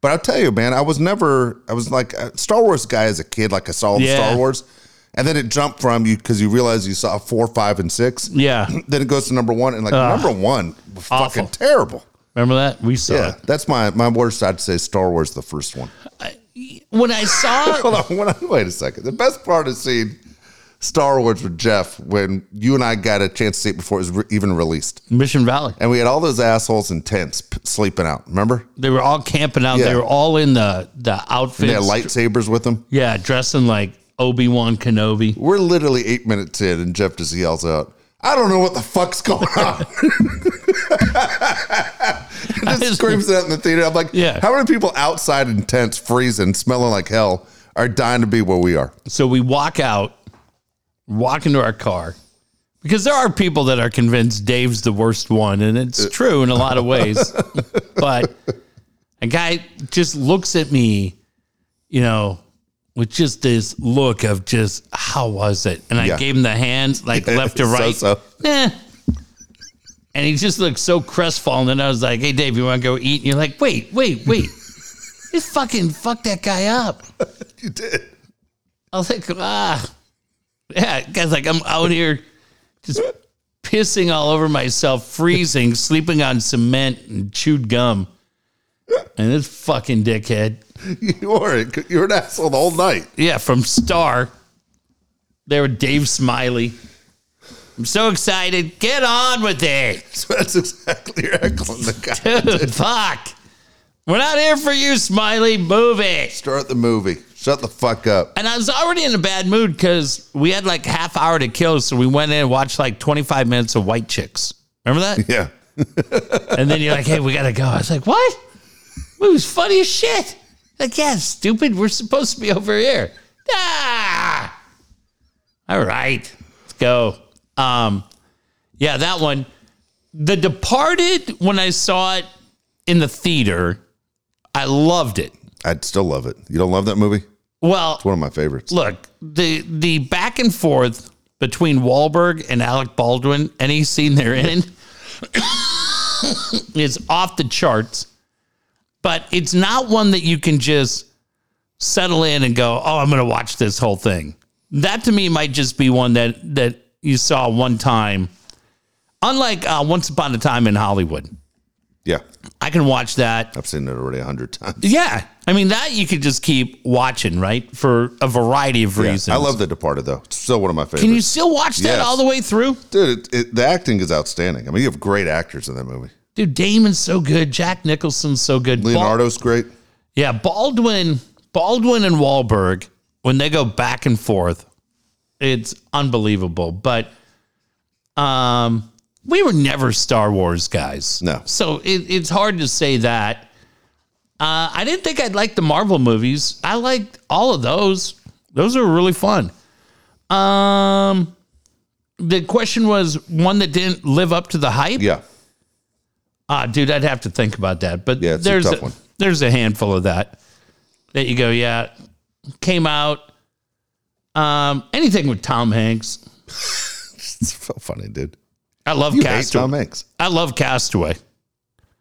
S1: But I'll tell you, man, I was never, I was like a Star Wars guy as a kid. Like I saw all the
S2: Yeah.
S1: Star Wars. And then it jumped from you because you realize you saw four, five, and six.
S2: yeah,
S1: Then it goes to number one. And like number one, was fucking
S2: Awful.
S1: terrible.
S2: remember that we saw
S1: Yeah. That's my, my worst. I'd say Star Wars, the first one.
S2: it when I saw it.
S1: Hold on, hold on, wait a second. The best part is seeing Star Wars with Jeff when you and I got a chance to see it before it was re- even released.
S2: Mission Valley.
S1: And we had all those assholes in tents p- sleeping out. Remember?
S2: They were all camping out. They
S1: Yeah.
S2: were all in the the outfits.
S1: They had lightsabers with them.
S2: Yeah, dressing like Obi Wan Kenobi.
S1: We're literally eight minutes in, and Jeff just yells out, "I don't know what the fuck's going on." and just screams it out in the theater. I'm like,
S2: Yeah.
S1: How many people outside in tents, freezing, smelling like hell, are dying to be where we are?
S2: So we walk out, walk into our car, because there are people that are convinced Dave's the worst one, and it's true in a lot of ways. but a guy just looks at me, you know, with just this look of just how was it? And I
S1: Yeah.
S2: gave him the hand, like left to right.
S1: So, so.
S2: Nah. And he just looked so crestfallen. And I was like, hey, Dave, you want to go eat? And you're like, wait, wait, wait. Just fucking fuck that guy up.
S1: You did.
S2: I was like, ah. Yeah, guy's like, I'm out here just pissing all over myself, freezing, sleeping on cement and chewed gum. And this fucking dickhead.
S1: You were. You were an asshole the whole night.
S2: Yeah, from Star. They were Dave Smiley. I'm so excited. Get on with it.
S1: So that's exactly your excellent. The guy.
S2: Dude, fuck. We're not here for you, Smiley. Move it.
S1: Start the movie. Shut the fuck up.
S2: And I was already in a bad mood because we had like half hour to kill, so we went in and watched like 25 minutes of White Chicks. Remember that?
S1: Yeah.
S2: and then you're like, hey, we got to go. I was like, what? It was funny as shit. Like, yeah, stupid. We're supposed to be over here. Ah! All right, let's go. Um, yeah, that one. The Departed, when I saw it in the theater, I loved it.
S1: I'd still love it. You don't love that movie?
S2: Well,
S1: One of my favorites.
S2: look, the the back and forth between Wahlberg and Alec Baldwin, any scene they're in, is off the charts. But it's not one that you can just settle in and go, "Oh, I'm going to watch this whole thing." That to me might just be one that that you saw one time. Unlike uh, Once Upon a Time in Hollywood,
S1: Yeah.
S2: I can watch that
S1: I've seen it already a hundred times.
S2: yeah. I mean, that you could just keep watching, right? For a variety of
S1: Yeah.
S2: reasons.
S1: I love The Departed, though. It's still one of my favorites.
S2: Can you still watch that
S1: Yes.
S2: all the way through?
S1: Dude, it, it, the acting is outstanding. I mean, you have great actors in that movie.
S2: Dude, Damon's so good. Jack Nicholson's so good. Bal-
S1: Leonardo's great.
S2: yeah, Baldwin, Baldwin and Wahlberg, when they go back and forth, it's unbelievable. But um we were never Star Wars guys.
S1: No.
S2: So it, it's hard to say that. Uh, I didn't think I'd like the Marvel movies. I liked all of those. Those are really fun. Um, the question was one that didn't live up to the hype.
S1: Yeah.
S2: Ah, dude, I'd have to think about that. But
S1: Yeah, it's a
S2: there's
S1: tough one.
S2: there's a handful of that that you go, yeah, came out. Um, anything with Tom Hanks,
S1: It's so funny, dude.
S2: I love
S1: You hate Tom
S2: Castaway.
S1: Hanks.
S2: I love Castaway.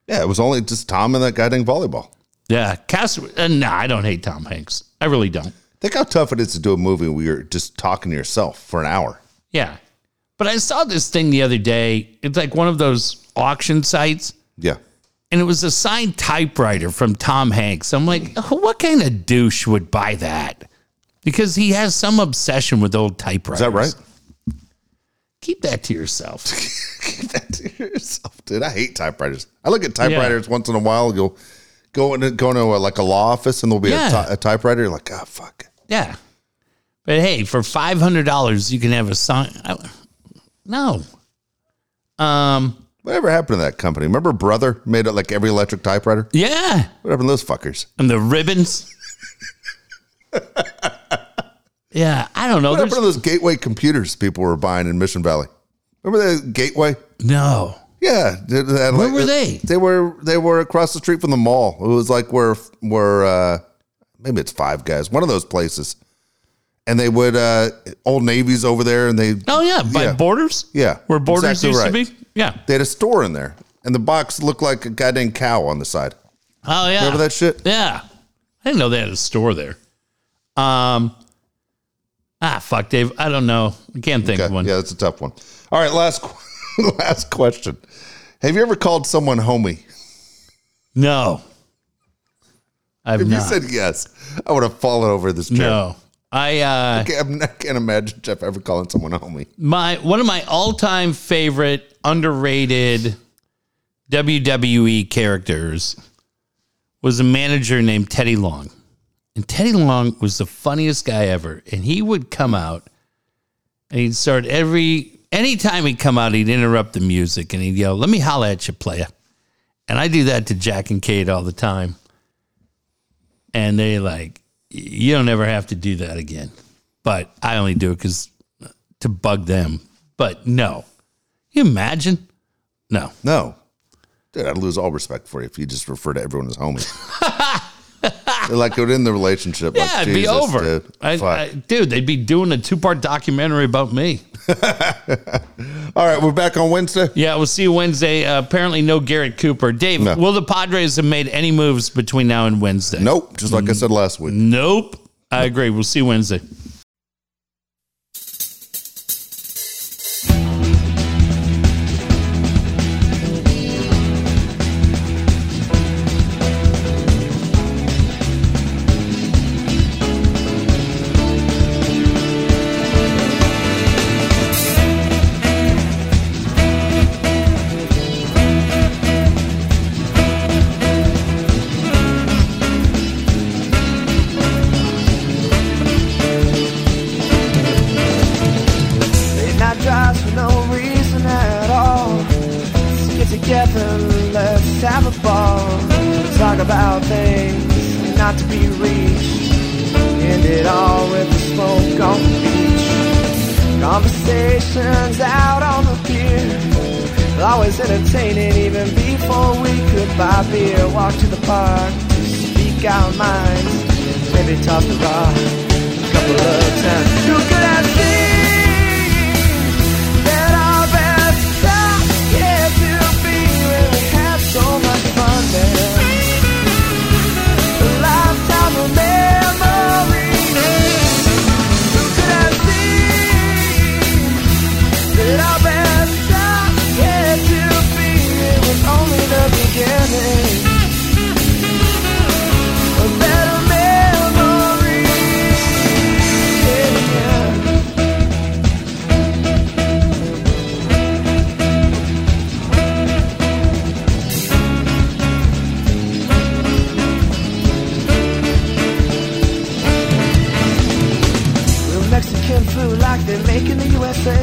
S1: Yeah, it was only just Tom and that guy dang volleyball.
S2: Yeah, Castaway. Uh, nah, I don't hate Tom Hanks. I really don't.
S1: Think how tough it is to do a movie where you're just talking to yourself for an hour.
S2: Yeah, but I saw this thing the other day. It's like one of those auction sites,
S1: Yeah.
S2: and it was a signed typewriter from Tom Hanks. I'm like, what kind of douche would buy that? Because he has some obsession with old typewriters.
S1: Is that right?
S2: keep that to yourself.
S1: Keep that to yourself, dude. I hate typewriters. I look at typewriters once in a while. You'll go into go into a, like a law office and there'll be a
S2: Yeah.
S1: ty- a typewriter. You're like, oh fuck.
S2: yeah. But hey, for five hundred dollars, you can have a sign. I- No. Um.
S1: Whatever happened to that company? Remember, brother made it like every electric typewriter.
S2: Yeah.
S1: What happened to those fuckers?
S2: And the ribbons. yeah, I don't know.
S1: What happened
S2: There's,
S1: to those gateway computers people were buying in Mission Valley? Remember the gateway?
S2: no.
S1: Yeah, they, they had, like-
S2: were they?
S1: They were they were across the street from the mall. It was like where where uh, maybe it's Five Guys, one of those places. And they would uh, Old Navy's over there, and they
S2: Oh yeah, by
S1: Yeah.
S2: Borders.
S1: yeah,
S2: where Borders
S1: exactly right.
S2: used to be. Yeah.
S1: They had a store in there, and the box looked like a goddamn cow on the side.
S2: Oh yeah.
S1: Remember that shit?
S2: Yeah. I didn't know they had a store there. Um. Ah, fuck, Dave. I don't know. I can't think of
S1: Okay,
S2: one.
S1: Yeah, that's a tough one. All right, last qu- last question. Have you ever called someone homie?
S2: No. I've
S1: If
S2: not.
S1: you said yes, I would have fallen over this chair.
S2: No. I uh
S1: I can't, I can't imagine Jeff ever calling someone a homie.
S2: my one of my all-time favorite underrated WWE characters was a manager named Teddy Long. And Teddy Long was the funniest guy ever. And he would come out and he'd start every anytime he'd come out, he'd interrupt the music and he'd yell, Let me holla at you, player. And I do that to Jack and Kate all the time. And they like, you don't ever have to do that again. But I only do it because to bug them. But no. Can you imagine? No.
S1: No. Dude, I'd lose all respect for you if you just refer to everyone as homie. like it in the relationship.
S2: Yeah,
S1: like,
S2: it'd be
S1: Jesus,
S2: over.
S1: Dude,
S2: I,
S1: Fuck.
S2: I, dude, they'd be doing a two part documentary about me.
S1: all right, we're back on Wednesday.
S2: Yeah, we'll see you Wednesday. Uh, apparently, no Garrett Cooper. Dave,
S1: No.
S2: will the Padres have made any moves between now and Wednesday?
S1: Nope, just
S2: Mm,
S1: like I said last week.
S2: Nope. I agree. We'll see you Wednesday.
S3: Chevron, let's have a ball. Talk about things not to be reached. End it all with a smoke on the beach. Conversations out on the pier. Always entertaining even before we could buy beer. Walk to the park, speak our minds, and maybe toss the rock a couple of times. You could have seen that our best stuff yet to be when we had so much fun then. A lifetime of memories. Who could have seen that our best stuff yet to be? It was only the beginning. A better memory. Yeah. Real Mexican food like they make in the USA.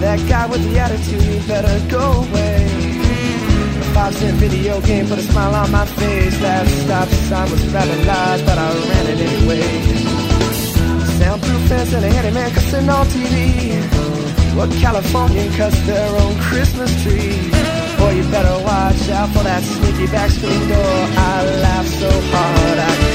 S3: That guy with the attitude, he better go away. A five cent video game put a smile on my face. That stop sign was rather large, but I ran it anyway. Soundproof fence and a handyman cussing on TV. What Californian cussed their own Christmas tree? Boy, you better watch out for that sneaky back screen door. I laughed so hard I